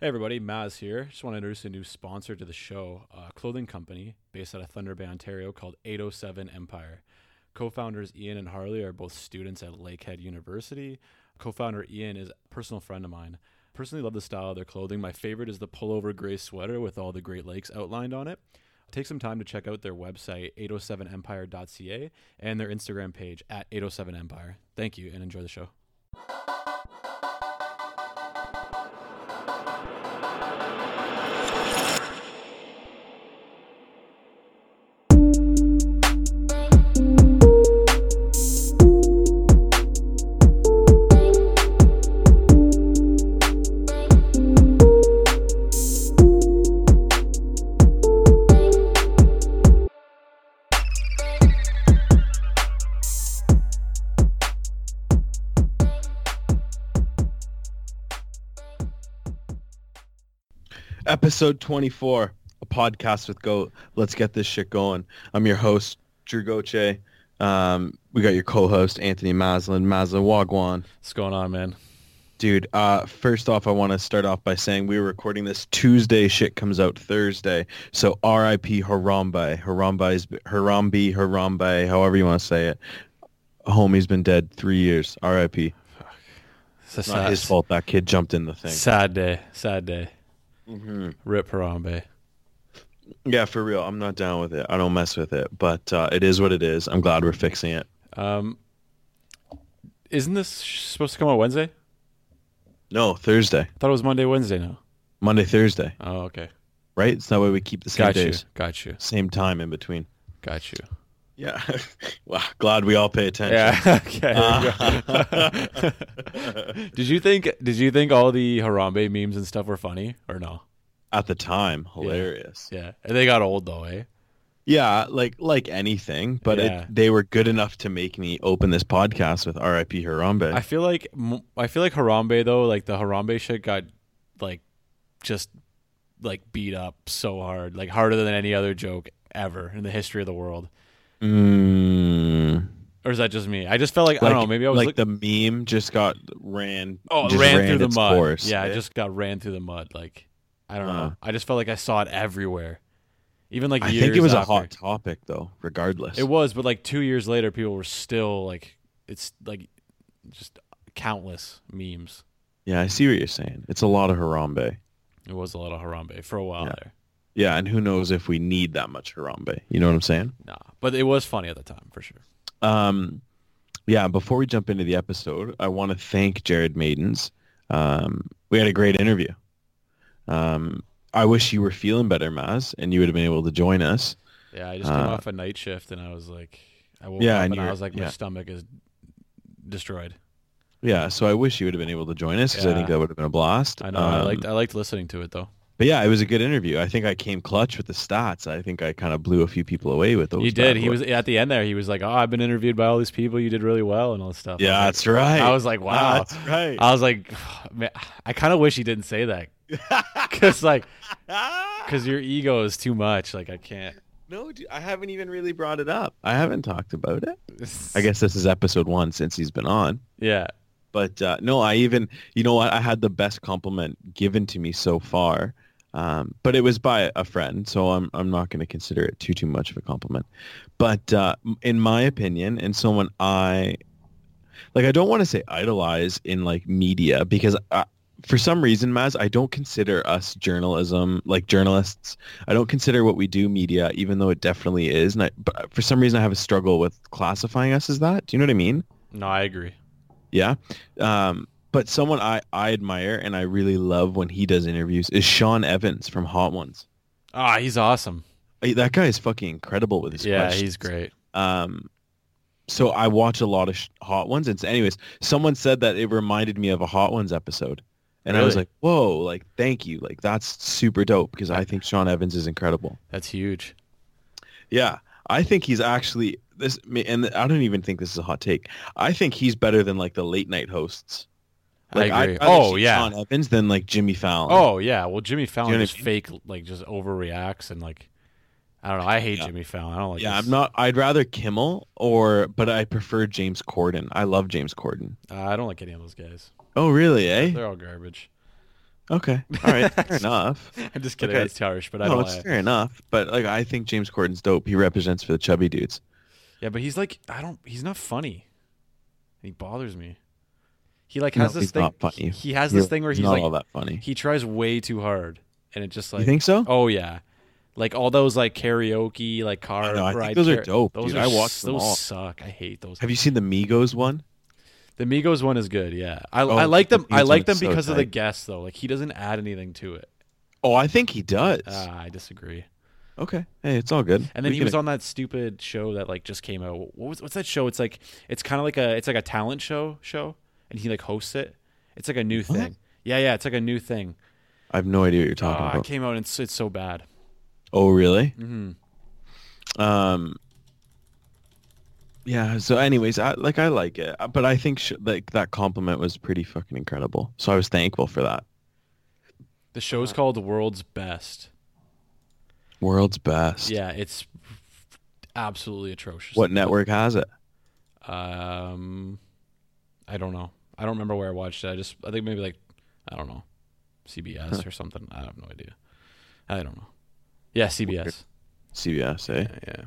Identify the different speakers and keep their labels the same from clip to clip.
Speaker 1: Hey everybody, Maz here. Just want to introduce a new sponsor to the show, a clothing company based out of Thunder Bay, Ontario called 807 Empire. Co-founders Ian and Harley are both students at Lakehead University. Co-founder Ian is a personal friend of mine. Personally love the style of their clothing. My favorite is the pullover gray sweater with all the Great Lakes outlined on it. Take some time to check out their website 807empire.ca and their Instagram page at 807empire. Thank you and enjoy the show.
Speaker 2: episode 24 a podcast with goat let's get this shit going i'm your host drew goche um, we got your co-host anthony maslin maslin wagwan
Speaker 1: What's going on, man?
Speaker 2: dude uh, first off i want to start off by saying we were recording this tuesday shit comes out thursday so rip harambe harambe is harambe harambe however you want to say it homie's been dead three years rip it's
Speaker 1: It's a
Speaker 2: not
Speaker 1: sad-
Speaker 2: his fault that kid jumped in the thing
Speaker 1: Sad day. Sad day. Rip Harambe.
Speaker 2: Yeah, for real. I'm not down with it. I don't mess with it. But uh, it is what it is. I'm glad we're fixing it.
Speaker 1: Um, Isn't this sh- supposed to come out Wednesday? I
Speaker 2: No, Thursday.
Speaker 1: thought it was Monday, Wednesday now.
Speaker 2: Monday, Thursday.
Speaker 1: Oh, okay.
Speaker 2: Right? It's that way we keep the same
Speaker 1: Got you.
Speaker 2: days.
Speaker 1: Got you.
Speaker 2: Same time in between.
Speaker 1: Got you.
Speaker 2: Yeah. wow. Glad we all pay attention.
Speaker 1: Yeah. okay. did you think did you think all the Harambe memes and stuff were funny or no?
Speaker 2: At the time, hilarious. Yeah,
Speaker 1: Yeah. And they got old though, eh?
Speaker 2: like like anything, but
Speaker 1: Yeah.
Speaker 2: it, they were good enough to make me open this podcast with R.I.P. Harambe.
Speaker 1: I feel like m- I feel like Harambe though, like the Harambe shit got like just like beat up so hard, like harder than any other joke ever in the history of the world.
Speaker 2: Mm.
Speaker 1: Or is that just me? I just felt like, I don't know. Maybe I was
Speaker 2: like
Speaker 1: look-
Speaker 2: the meme just got ran.
Speaker 1: oh it
Speaker 2: just
Speaker 1: ran, through the
Speaker 2: its
Speaker 1: mud.
Speaker 2: course.
Speaker 1: yeah,
Speaker 2: Eh?
Speaker 1: I just got ran through the mud. Like I don't
Speaker 2: Uh.
Speaker 1: know. I just felt like I saw it everywhere. Even like
Speaker 2: I
Speaker 1: years
Speaker 2: think it was
Speaker 1: after.
Speaker 2: a hot topic though. Regardless,
Speaker 1: It was, but like two years later, people were still like it's like just countless memes.
Speaker 2: yeah, I see what you're saying. It's a lot of Harambe.
Speaker 1: It was a lot of Harambe for a while
Speaker 2: Yeah.
Speaker 1: there.
Speaker 2: Yeah, and who knows if we need that much Harambe? You know what I'm saying?
Speaker 1: Nah, but it was funny at the time for sure.
Speaker 2: Um, yeah. Before we jump into the episode, I want to thank Jared Maidens. Um, we had a great interview. Um, I wish you were feeling better, Maz, and you would have been able to join us.
Speaker 1: Yeah, I just came
Speaker 2: Uh,
Speaker 1: off a night shift and I was like, I woke
Speaker 2: Yeah,
Speaker 1: up
Speaker 2: and
Speaker 1: and, I
Speaker 2: you're-
Speaker 1: was like, my
Speaker 2: yeah.
Speaker 1: stomach is destroyed.
Speaker 2: Yeah, so I wish you would have been able to join us because I
Speaker 1: Yeah.
Speaker 2: think that would have been a blast.
Speaker 1: I know. I
Speaker 2: Um,
Speaker 1: liked I liked listening to it though.
Speaker 2: But yeah, it was a good interview. I think I came clutch with the stats. I think I kind of blew a few people away with those.
Speaker 1: He did.
Speaker 2: bad
Speaker 1: He
Speaker 2: boys.
Speaker 1: was at the end there. He was like, "Oh, I've been interviewed by all these people. You did really well and all this stuff." I was
Speaker 2: Yeah,
Speaker 1: like-
Speaker 2: that's right.
Speaker 1: I was like, wow. Um,
Speaker 2: That's right.
Speaker 1: I was like, man, I kind of wish he didn't say that because like
Speaker 2: Ah,
Speaker 1: because your ego is too much. Like I can't.
Speaker 2: no, dude, I haven't even really brought it up. I haven't talked about it. I guess this is episode one since he's been on.
Speaker 1: Yeah.
Speaker 2: But uh, no, I even, you know what? I had the best compliment given to me so far. Um, but it was by a friend, so I'm I'm not going to consider it too too much of a compliment. But uh, m- in my opinion, and someone I like, I don't want to say idolize in like media because I, for some reason, Maz, I don't consider us journalism like journalists. I don't consider what we do media, even though it definitely is. And I, but uh, for some reason, I have a struggle with classifying us as that. Do you know what I mean?
Speaker 1: No, I agree.
Speaker 2: Yeah. Um, but someone I, I admire and I really love when he does interviews is Sean Evans from Hot Ones.
Speaker 1: Ah, he's awesome.
Speaker 2: Hey, That guy is fucking incredible with his
Speaker 1: Yeah,
Speaker 2: questions.
Speaker 1: he's great.
Speaker 2: Um, so I watch a lot of sh- Hot Ones. And s- anyways, someone said that it reminded me of a Hot Ones episode. And I was
Speaker 1: Really?
Speaker 2: like, whoa, like, thank you. Like, that's super dope because I think Sean Evans is incredible.
Speaker 1: That's huge.
Speaker 2: Yeah, I think he's actually this, and I don't even think this is a hot take. I think he's better than like the late night hosts.
Speaker 1: I
Speaker 2: I'd
Speaker 1: agree.
Speaker 2: rather
Speaker 1: Oh,
Speaker 2: see
Speaker 1: yeah.
Speaker 2: Sean Evans than like Jimmy Fallon.
Speaker 1: Oh yeah. Well, Jimmy Fallon
Speaker 2: know what I
Speaker 1: just fake like just overreacts and like I don't know. I hate
Speaker 2: Yeah.
Speaker 1: Jimmy Fallon. I don't like.
Speaker 2: yeah,
Speaker 1: this.
Speaker 2: I'm not. I'd rather Kimmel or, but I prefer James Corden. I love James Corden.
Speaker 1: Uh, I don't like any of those guys.
Speaker 2: Oh, really? Eh?
Speaker 1: They're all garbage.
Speaker 2: Okay. All right. Fair enough.
Speaker 1: I'm just kidding.
Speaker 2: Okay.
Speaker 1: That's Tarish, but I
Speaker 2: No,
Speaker 1: don't.
Speaker 2: it's
Speaker 1: lie.
Speaker 2: fair enough. But like, I think James Corden's dope. He represents for the chubby dudes.
Speaker 1: Yeah, but he's like, I don't. He's not funny. He bothers me. He like
Speaker 2: No,
Speaker 1: has this
Speaker 2: he's
Speaker 1: thing.
Speaker 2: not funny.
Speaker 1: He, he has this
Speaker 2: You're-
Speaker 1: thing where he's
Speaker 2: not
Speaker 1: like,
Speaker 2: all that funny.
Speaker 1: he tries way too hard, and it just like.
Speaker 2: you think so?
Speaker 1: Oh yeah, like all those like karaoke, like car
Speaker 2: I know, I think
Speaker 1: ride.
Speaker 2: those are
Speaker 1: kara-
Speaker 2: dope,
Speaker 1: Those
Speaker 2: dude.
Speaker 1: are
Speaker 2: I
Speaker 1: s-
Speaker 2: watched them
Speaker 1: those
Speaker 2: all.
Speaker 1: suck. I hate those.
Speaker 2: Have you seen the Migos one?
Speaker 1: The Migos one is good. Yeah, I,
Speaker 2: Oh,
Speaker 1: I like
Speaker 2: the
Speaker 1: them. I
Speaker 2: Migos
Speaker 1: like them
Speaker 2: one's so
Speaker 1: because of the
Speaker 2: tight.
Speaker 1: guests though. Like he doesn't add anything to it.
Speaker 2: Oh, I think he does.
Speaker 1: Ah, I disagree.
Speaker 2: okay. Hey, it's all good.
Speaker 1: And then
Speaker 2: We
Speaker 1: he
Speaker 2: can-
Speaker 1: was on that stupid show that like just came out. What was what's that show? It's like it's kind of like a it's like a talent show show, and he like hosts it. It's like a new
Speaker 2: What?
Speaker 1: thing. Yeah, yeah, it's like a new thing.
Speaker 2: I have no idea what you're
Speaker 1: Uh,
Speaker 2: talking
Speaker 1: it
Speaker 2: about.
Speaker 1: came out and it's, it's so bad.
Speaker 2: Oh, really?
Speaker 1: hmm
Speaker 2: Um. Yeah. So, anyways, I like I like it, Uh, but I think sh- like that compliment was pretty fucking incredible. So I was thankful for that.
Speaker 1: The show's called World's Best.
Speaker 2: World's best.
Speaker 1: Yeah, it's absolutely atrocious.
Speaker 2: What network has it?
Speaker 1: Um, I don't know. I don't remember where I watched it. I just I think maybe like I don't know, CBS or something. I have no idea. I don't know. Yeah, CBS.
Speaker 2: CBS. Eh?
Speaker 1: Yeah, yeah.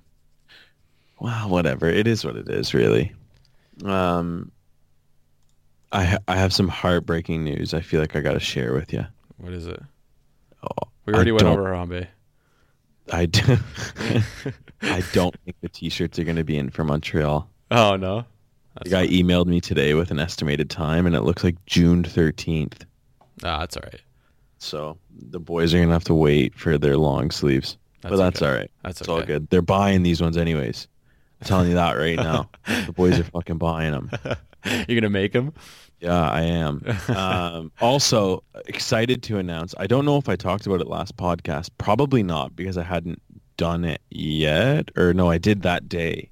Speaker 2: Wow, whatever. It is what it is, really. Um, I ha- I have some heartbreaking news. I feel like I got to share with you.
Speaker 1: What is it?
Speaker 2: Oh,
Speaker 1: We already
Speaker 2: I
Speaker 1: went
Speaker 2: don't-
Speaker 1: over Harambe.
Speaker 2: I do. I don't think the t-shirts are going to be in for Montreal.
Speaker 1: Oh no.
Speaker 2: The
Speaker 1: That's
Speaker 2: guy
Speaker 1: all-
Speaker 2: emailed me today with an estimated time, and it looks like June thirteenth.
Speaker 1: Ah, that's all right.
Speaker 2: So the boys are going to have to wait for their long sleeves. but that's
Speaker 1: okay.
Speaker 2: all right.
Speaker 1: That's
Speaker 2: It's
Speaker 1: okay.
Speaker 2: all good. They're buying these ones anyways. I'm telling you that right now. the boys are fucking buying them.
Speaker 1: You're gonna make him.
Speaker 2: Yeah, I am. Um, also, excited to announce. I don't know if I talked about it last podcast. Probably not because I hadn't done it yet. Or no, I did that day.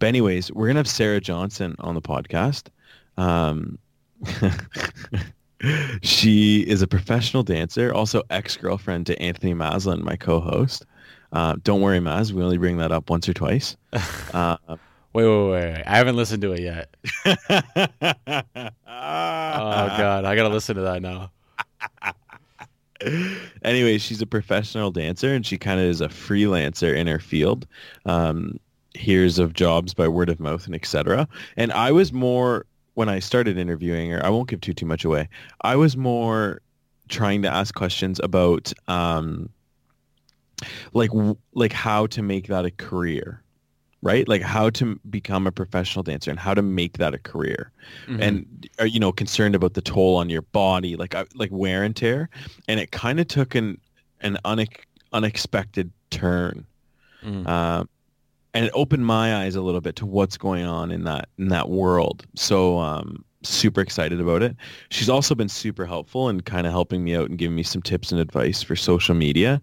Speaker 2: But anyways, we're gonna have Sarah Johnson on the podcast. Um, she is a professional dancer, also ex-girlfriend to Anthony Maslin, my co-host. Uh, don't worry, Maz. We only bring that up once or twice. Uh,
Speaker 1: Wait, wait, wait, wait. I haven't listened to it yet. Oh god, I gotta listen to that now.
Speaker 2: anyway, she's a professional dancer and she kind of is a freelancer in her field. Um, hears of jobs by word of mouth and etc. And I was more when I started interviewing her. I won't give too too much away. I was more trying to ask questions about um, like w- like how to make that a career, right? Like how to become a professional dancer and how to make that a career
Speaker 1: Mm-hmm.
Speaker 2: and are you know concerned about the toll on your body like I- like wear and tear and it kind of took an an unex unexpected turn
Speaker 1: Mhm.
Speaker 2: um, and it opened my eyes a little bit to what's going on in that in that world. So um, super excited about it. She's also been super helpful and kind of helping me out and giving me some tips and advice for social media.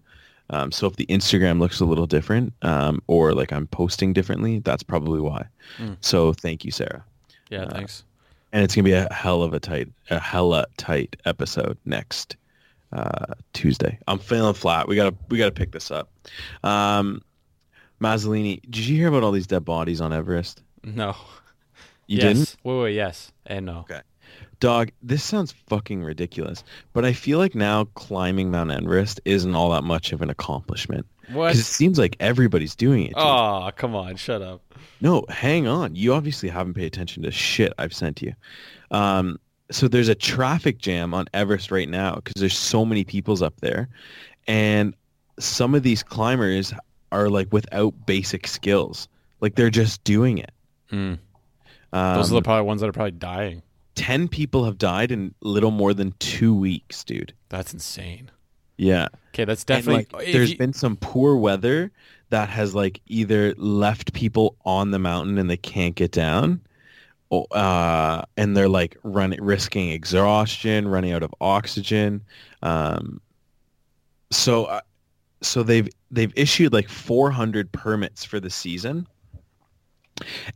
Speaker 2: Um, so if the Instagram looks a little different um, or like I'm posting differently, that's probably why.
Speaker 1: Mm.
Speaker 2: So thank you, Sarah.
Speaker 1: yeah,
Speaker 2: uh,
Speaker 1: thanks.
Speaker 2: And it's gonna be a hell of a tight, a hella tight episode next uh, Tuesday. I'm feeling flat. We gotta, we gotta pick this up. Um, Mazzolini, did you hear about all these dead bodies on Everest?
Speaker 1: No.
Speaker 2: You
Speaker 1: yes.
Speaker 2: didn't,
Speaker 1: Wait, wait, yes, and no.
Speaker 2: dog. This sounds fucking ridiculous, but I feel like now climbing Mount Everest isn't all that much of an accomplishment
Speaker 1: What?
Speaker 2: because it seems like everybody's doing it. dude.
Speaker 1: Oh, come on, shut up.
Speaker 2: No, hang on. You obviously haven't paid attention to shit I've sent you. Um, so there's a traffic jam on Everest right now because there's so many peoples up there, and some of these climbers are like without basic skills. Like they're just doing it. Mm. Um,
Speaker 1: Those are the probably ones that are probably dying.
Speaker 2: ten people have died in little more than two weeks, dude.
Speaker 1: That's insane.
Speaker 2: Yeah,
Speaker 1: Okay, that's
Speaker 2: And,
Speaker 1: definitely.
Speaker 2: like,
Speaker 1: if
Speaker 2: there's
Speaker 1: you-
Speaker 2: been some poor weather that has like either left people on the mountain and they can't get down or, uh, and they're like run risking exhaustion running out of oxygen um, so uh, so they've they've issued like 400 permits for the season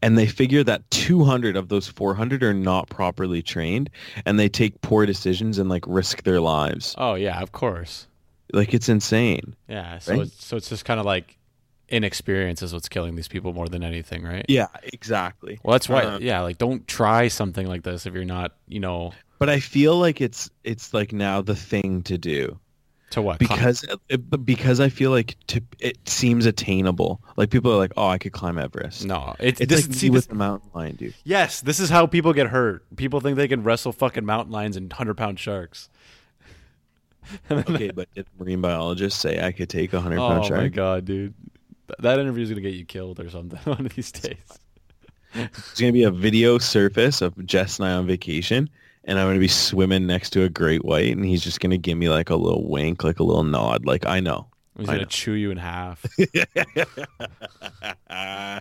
Speaker 2: and they figure that 200 of those 400 are not properly trained and they take poor decisions and like risk their lives
Speaker 1: oh yeah, of course.
Speaker 2: like it's insane
Speaker 1: Yeah. So
Speaker 2: Right?
Speaker 1: it's, so it's just kind of like inexperience is what's killing these people more than anything, right?
Speaker 2: Yeah, exactly.
Speaker 1: Well, that's why.
Speaker 2: Uh,
Speaker 1: yeah, like don't try something like this if you're not, you know,
Speaker 2: But I feel like it's it's like now the thing to do
Speaker 1: To what? Climb-
Speaker 2: because it, because I feel like to, it seems attainable. Like people are like, "Oh, I could climb Everest."
Speaker 1: no, it's,
Speaker 2: It's
Speaker 1: this,
Speaker 2: like
Speaker 1: see,
Speaker 2: me with
Speaker 1: this-
Speaker 2: the mountain lion, dude.
Speaker 1: yes, this is how people get hurt. People think they can wrestle fucking mountain lions and hundred pound sharks.
Speaker 2: Okay, but did the marine biologists say I could take a hundred
Speaker 1: Oh
Speaker 2: pound
Speaker 1: my
Speaker 2: shark?
Speaker 1: god, dude, Th- that interview's gonna get you killed or something one of these days.
Speaker 2: It's gonna be a video surface of Jess and I on vacation, and I'm gonna be swimming next to a great white, and he's just gonna give me like a little wink, like a little nod, like I know.
Speaker 1: He's
Speaker 2: I
Speaker 1: gonna
Speaker 2: know.
Speaker 1: chew you in half.
Speaker 2: yeah,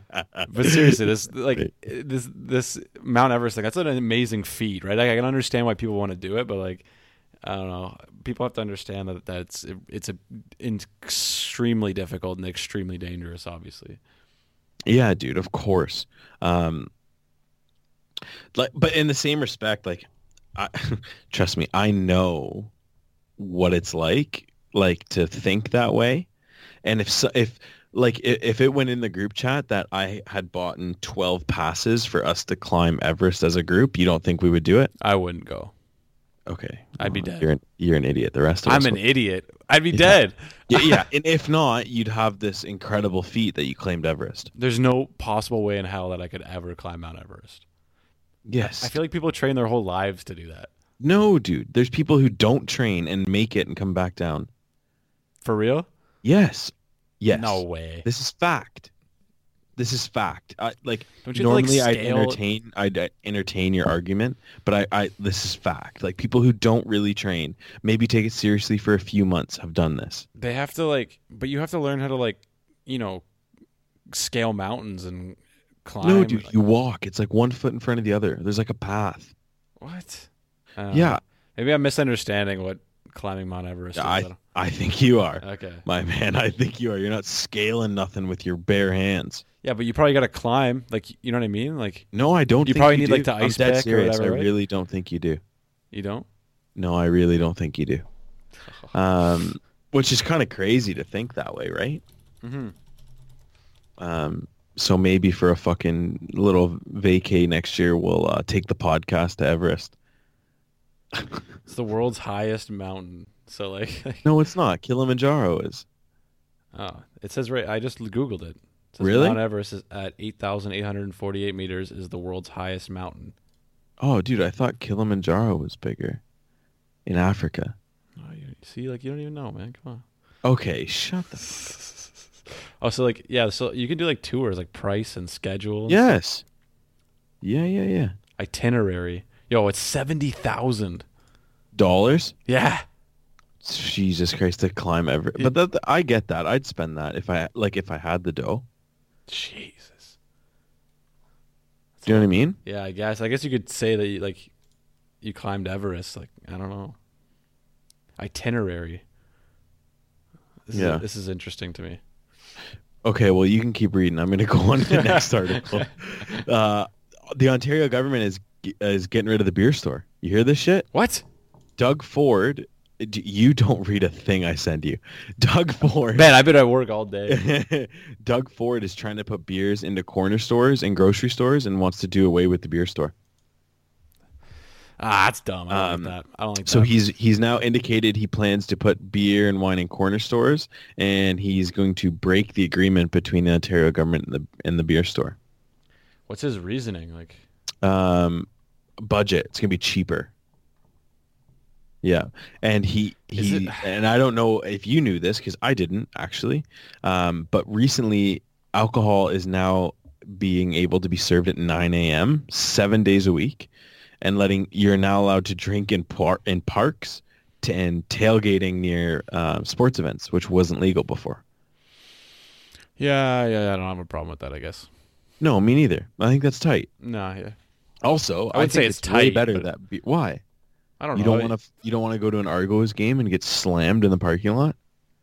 Speaker 1: But seriously, this like
Speaker 2: Right.
Speaker 1: this this Mount Everest thing. That's an amazing feat, right? Like I can understand why people want to do it, but like I don't know, people have to understand that that's it's a it's extremely difficult and extremely dangerous. Obviously,
Speaker 2: dude, of course. Um, like, but in the same respect, like, I, trust me, I know what it's like, like to think that way, and if so, if like i- if it went in the group chat that I had bought in 12 passes for us to climb Everest as a group, you don't think we would do it?
Speaker 1: I wouldn't go.
Speaker 2: Okay.
Speaker 1: I'd be
Speaker 2: Well,
Speaker 1: dead.
Speaker 2: You're an, you're an idiot. The rest of
Speaker 1: I'm
Speaker 2: us
Speaker 1: an
Speaker 2: would.
Speaker 1: idiot. I'd be
Speaker 2: Yeah.
Speaker 1: dead.
Speaker 2: yeah, yeah. And if not, you'd have this incredible feat that you claimed Everest.
Speaker 1: There's no possible way in hell that I could ever climb Mount Everest.
Speaker 2: Yes.
Speaker 1: I feel like people train their whole lives to do that.
Speaker 2: No, dude. There's people who don't train and make it and come back down.
Speaker 1: For real?
Speaker 2: Yes. Yes.
Speaker 1: No way.
Speaker 2: This is fact. This is fact. I, like
Speaker 1: Don't you have to, like,
Speaker 2: normally I'd
Speaker 1: scale-
Speaker 2: entertain I'd uh, entertain your argument, but I, I this is fact. Like people who don't really train, maybe take it seriously for a few months have done this.
Speaker 1: They have to like, but you have to learn how to like, you know, scale mountains and climb.
Speaker 2: no, dude,
Speaker 1: like-
Speaker 2: you walk. It's like one foot in front of the other. There's like a path.
Speaker 1: What? I don't
Speaker 2: yeah.
Speaker 1: know. Um, Maybe I'm misunderstanding what climbing Mount Everest is.
Speaker 2: I-
Speaker 1: I don't-
Speaker 2: I think you are.
Speaker 1: okay.
Speaker 2: My man, I think you are. You're not scaling nothing with your bare hands.
Speaker 1: Yeah, but you probably got to climb. Like, you know what I mean? Like,
Speaker 2: No, I don't.
Speaker 1: You
Speaker 2: think
Speaker 1: probably need,
Speaker 2: do.
Speaker 1: like, the
Speaker 2: I'm
Speaker 1: ice
Speaker 2: dead
Speaker 1: pick or
Speaker 2: serious.
Speaker 1: whatever,
Speaker 2: I
Speaker 1: right?
Speaker 2: really don't think you do.
Speaker 1: you don't?
Speaker 2: No, I really don't think you do. Um, which is kind of crazy to think that way, right?
Speaker 1: Mm-hmm.
Speaker 2: Um, so maybe for a fucking little vacay next year, we'll uh, take the podcast to Everest.
Speaker 1: It's the world's highest mountain. So, like,
Speaker 2: No, it's not. Kilimanjaro is.
Speaker 1: oh, it says right. I just Googled it. It says
Speaker 2: Really?
Speaker 1: Mount Everest is at 8,848 meters is the world's highest mountain.
Speaker 2: Oh, dude, I thought Kilimanjaro was bigger in Africa.
Speaker 1: Oh, you, see, like, you don't even know, man. Come on.
Speaker 2: Okay, shut the.
Speaker 1: Oh, so, like, yeah, so you can do, like, tours, like, price and schedule.
Speaker 2: Yes. Yeah, yeah, yeah.
Speaker 1: Itinerary. Yo, it's 70,000.
Speaker 2: Dollars.
Speaker 1: Yeah.
Speaker 2: Jesus Christ to climb ever.
Speaker 1: Yeah.
Speaker 2: But that I get that. I'd spend that if I like if I had the dough.
Speaker 1: Jesus.
Speaker 2: Do you know what I mean?
Speaker 1: Yeah, I guess. I guess you could say that you, like you climbed Everest. Like I don't know. Itinerary. This
Speaker 2: Yeah.
Speaker 1: Is, this is interesting to me.
Speaker 2: Okay, well you can keep reading. I'm going to go on to the next article. Uh, the Ontario government is is getting rid of the beer store. You hear this shit?
Speaker 1: What?
Speaker 2: Doug Ford, d- you don't read a thing I send you. Doug Ford.
Speaker 1: Man, I've been at work all day.
Speaker 2: Doug Ford is trying to put beers into corner stores and grocery stores and wants to do away with the beer store.
Speaker 1: ah, that's dumb. I don't
Speaker 2: Um,
Speaker 1: like that. I don't like
Speaker 2: So
Speaker 1: that.
Speaker 2: he's he's now indicated he plans to put beer and wine in corner stores, and he's going to break the agreement between the Ontario government and the and the beer store.
Speaker 1: What's his reasoning? Like,
Speaker 2: Um, budget. It's gonna be cheaper. Yeah, and he
Speaker 1: Is
Speaker 2: he
Speaker 1: it-
Speaker 2: and I don't know if you knew this because I didn't actually, um, but recently alcohol is now being able to be served at 9 a.m. seven days a week, and letting you're now allowed to drink in par in parks to, and tailgating near um, sports events, which wasn't legal before.
Speaker 1: yeah, yeah, I don't have a problem with that. I guess.
Speaker 2: No, me neither. I think that's tight.
Speaker 1: Nah, yeah.
Speaker 2: Also,
Speaker 1: I
Speaker 2: I,
Speaker 1: wouldn't
Speaker 2: think
Speaker 1: say
Speaker 2: it's,
Speaker 1: it's
Speaker 2: way
Speaker 1: tight,
Speaker 2: better
Speaker 1: but-
Speaker 2: that be- why.
Speaker 1: I don't
Speaker 2: You
Speaker 1: know.
Speaker 2: don't want to. You don't want to go to an Argos game and get slammed in the parking lot.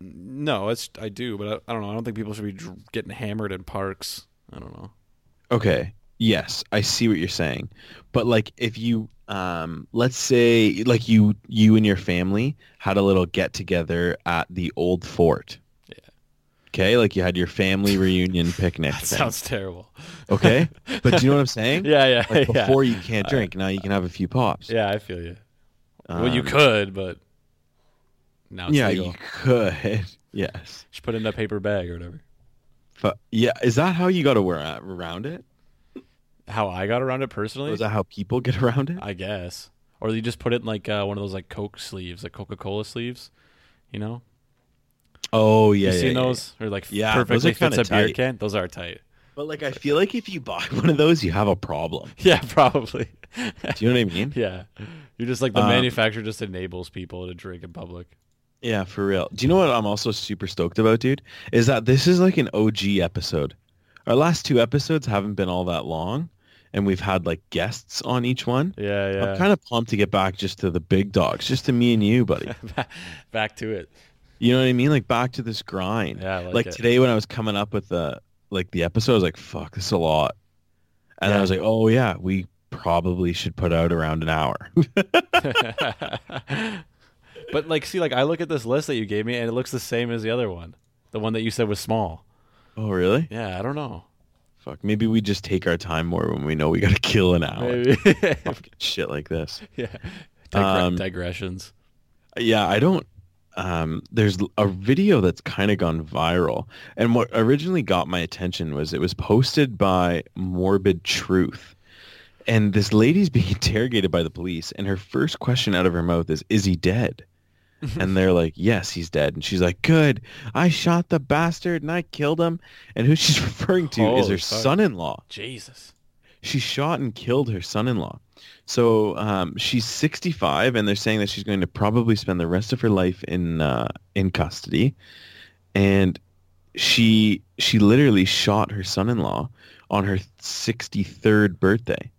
Speaker 1: No, it's I do, but I, I don't know. I don't think people should be dr- getting hammered in parks. I don't know.
Speaker 2: Okay. Yes, I see what you're saying, but like if you, um, let's say like you you and your family had a little get together at the old fort.
Speaker 1: Yeah.
Speaker 2: Okay, like you had your family reunion picnic.
Speaker 1: That
Speaker 2: thing,
Speaker 1: sounds terrible.
Speaker 2: okay, but do you know what I'm saying?
Speaker 1: Yeah, yeah,
Speaker 2: Like
Speaker 1: yeah.
Speaker 2: before you can't drink, now you can have a few pops.
Speaker 1: yeah, I feel you. well, you
Speaker 2: Um,
Speaker 1: could, but now it's
Speaker 2: yeah,
Speaker 1: legal.
Speaker 2: you could. Yes.
Speaker 1: Just put it in a paper bag or whatever.
Speaker 2: Fu- yeah, is that how you got to wear around it?
Speaker 1: How I got around it
Speaker 2: Or
Speaker 1: personally,
Speaker 2: is that how people get around it?
Speaker 1: I guess, or you just put it in like uh, one of those like Coke sleeves, like Coca Cola sleeves. You know,
Speaker 2: Oh yeah,
Speaker 1: you
Speaker 2: yeah,
Speaker 1: seen
Speaker 2: yeah,
Speaker 1: those? Or like
Speaker 2: Yeah, those are
Speaker 1: perfectly fits
Speaker 2: kinda
Speaker 1: a beer
Speaker 2: tight.
Speaker 1: can. Those are tight.
Speaker 2: yeah. But like, I feel like if you buy one of those, you have a problem.
Speaker 1: Yeah, probably.
Speaker 2: Do you know what I mean?
Speaker 1: yeah, you're just like the
Speaker 2: Um,
Speaker 1: manufacturer just enables people to drink in public.
Speaker 2: Yeah, for real. Do you know what I'm also super stoked about, dude? Is that this is like an OG episode. Our last two episodes haven't been all that long, and we've had like guests on each one.
Speaker 1: Yeah, yeah.
Speaker 2: I'm kind of pumped to get back just to the big dogs, just to me and you, buddy.
Speaker 1: Back to it.
Speaker 2: You know what I mean? Like back to this grind.
Speaker 1: Yeah, I like,
Speaker 2: like
Speaker 1: it.
Speaker 2: today when I was coming up with the like the episode, I was like, "Fuck, this is a lot," and
Speaker 1: Yeah.
Speaker 2: I was like, "Oh yeah, we probably should put out around an hour."
Speaker 1: but like, see, like I look at this list that you gave me, and it looks the same as the other one, the one that you said was small.
Speaker 2: oh really?
Speaker 1: Yeah, I don't know.
Speaker 2: Fuck. Maybe we just take our time more when we know we gotta kill an hour.
Speaker 1: Maybe.
Speaker 2: Fucking shit like this.
Speaker 1: yeah. Digre-
Speaker 2: Um,
Speaker 1: digressions.
Speaker 2: Yeah, I don't. Um, there's a video that's kind of gone viral, and what originally got my attention was it was posted by Morbid Truth, and this lady's being interrogated by the police, and her first question out of her mouth is, "Is he dead?" and they're like, "Yes, he's dead," and she's like, "Good, I shot the bastard and I killed him," and who she's referring to is
Speaker 1: Holy
Speaker 2: her
Speaker 1: fuck.
Speaker 2: son-in-law.
Speaker 1: Jesus.
Speaker 2: she shot and killed her son-in-law. So um, she's 65, and they're saying that she's going to probably spend the rest of her life in uh, in custody. And she she literally shot her son-in-law on her 63rd birthday.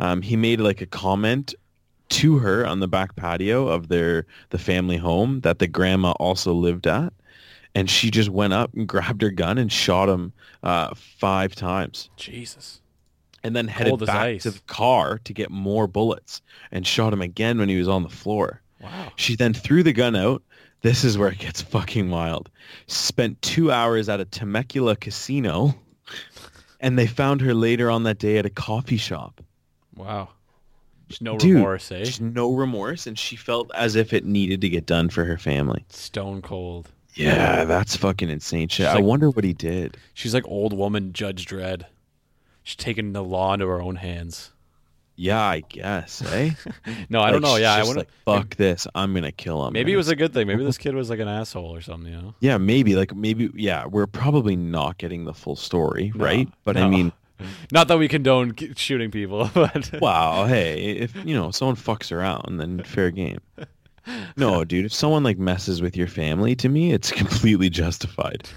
Speaker 2: Um, he made like a comment to her on the back patio of their the family home that the grandma also lived at, and she just went up and grabbed her gun and shot him uh, five times
Speaker 1: Jesus.
Speaker 2: and then headed
Speaker 1: Cold as
Speaker 2: back
Speaker 1: ice.
Speaker 2: to the car to get more bullets and shot him again when he was on the floor.
Speaker 1: Wow.
Speaker 2: She then threw the gun out. This is where it gets fucking wild. Spent two hours at a Temecula casino, and they found her later on that day at a coffee shop.
Speaker 1: Wow. There's no
Speaker 2: Dude.
Speaker 1: remorse, eh?
Speaker 2: Just no remorse, and she felt as if it needed to get done for her family.
Speaker 1: Stone cold.
Speaker 2: Yeah, that's fucking insane shit.
Speaker 1: She's
Speaker 2: I
Speaker 1: like-
Speaker 2: wonder what he did.
Speaker 1: She's like old woman Judge Dredd. She's taking the law into her own hands.
Speaker 2: Yeah, I guess, eh?
Speaker 1: No, I don't know. Yeah, I wonder.
Speaker 2: Like, fuck this. I'm gonna kill him.
Speaker 1: maybe
Speaker 2: And
Speaker 1: it was a good thing. Maybe this kid was like an asshole or something. You know.
Speaker 2: Yeah, maybe like maybe yeah, we're probably not getting the full story,
Speaker 1: No,
Speaker 2: right? But I
Speaker 1: no.
Speaker 2: mean,
Speaker 1: Not that we condone k- shooting people, but
Speaker 2: wow, hey, if you know someone fucks around, then fair game. No, dude, if someone like messes with your family, to me, it's completely justified.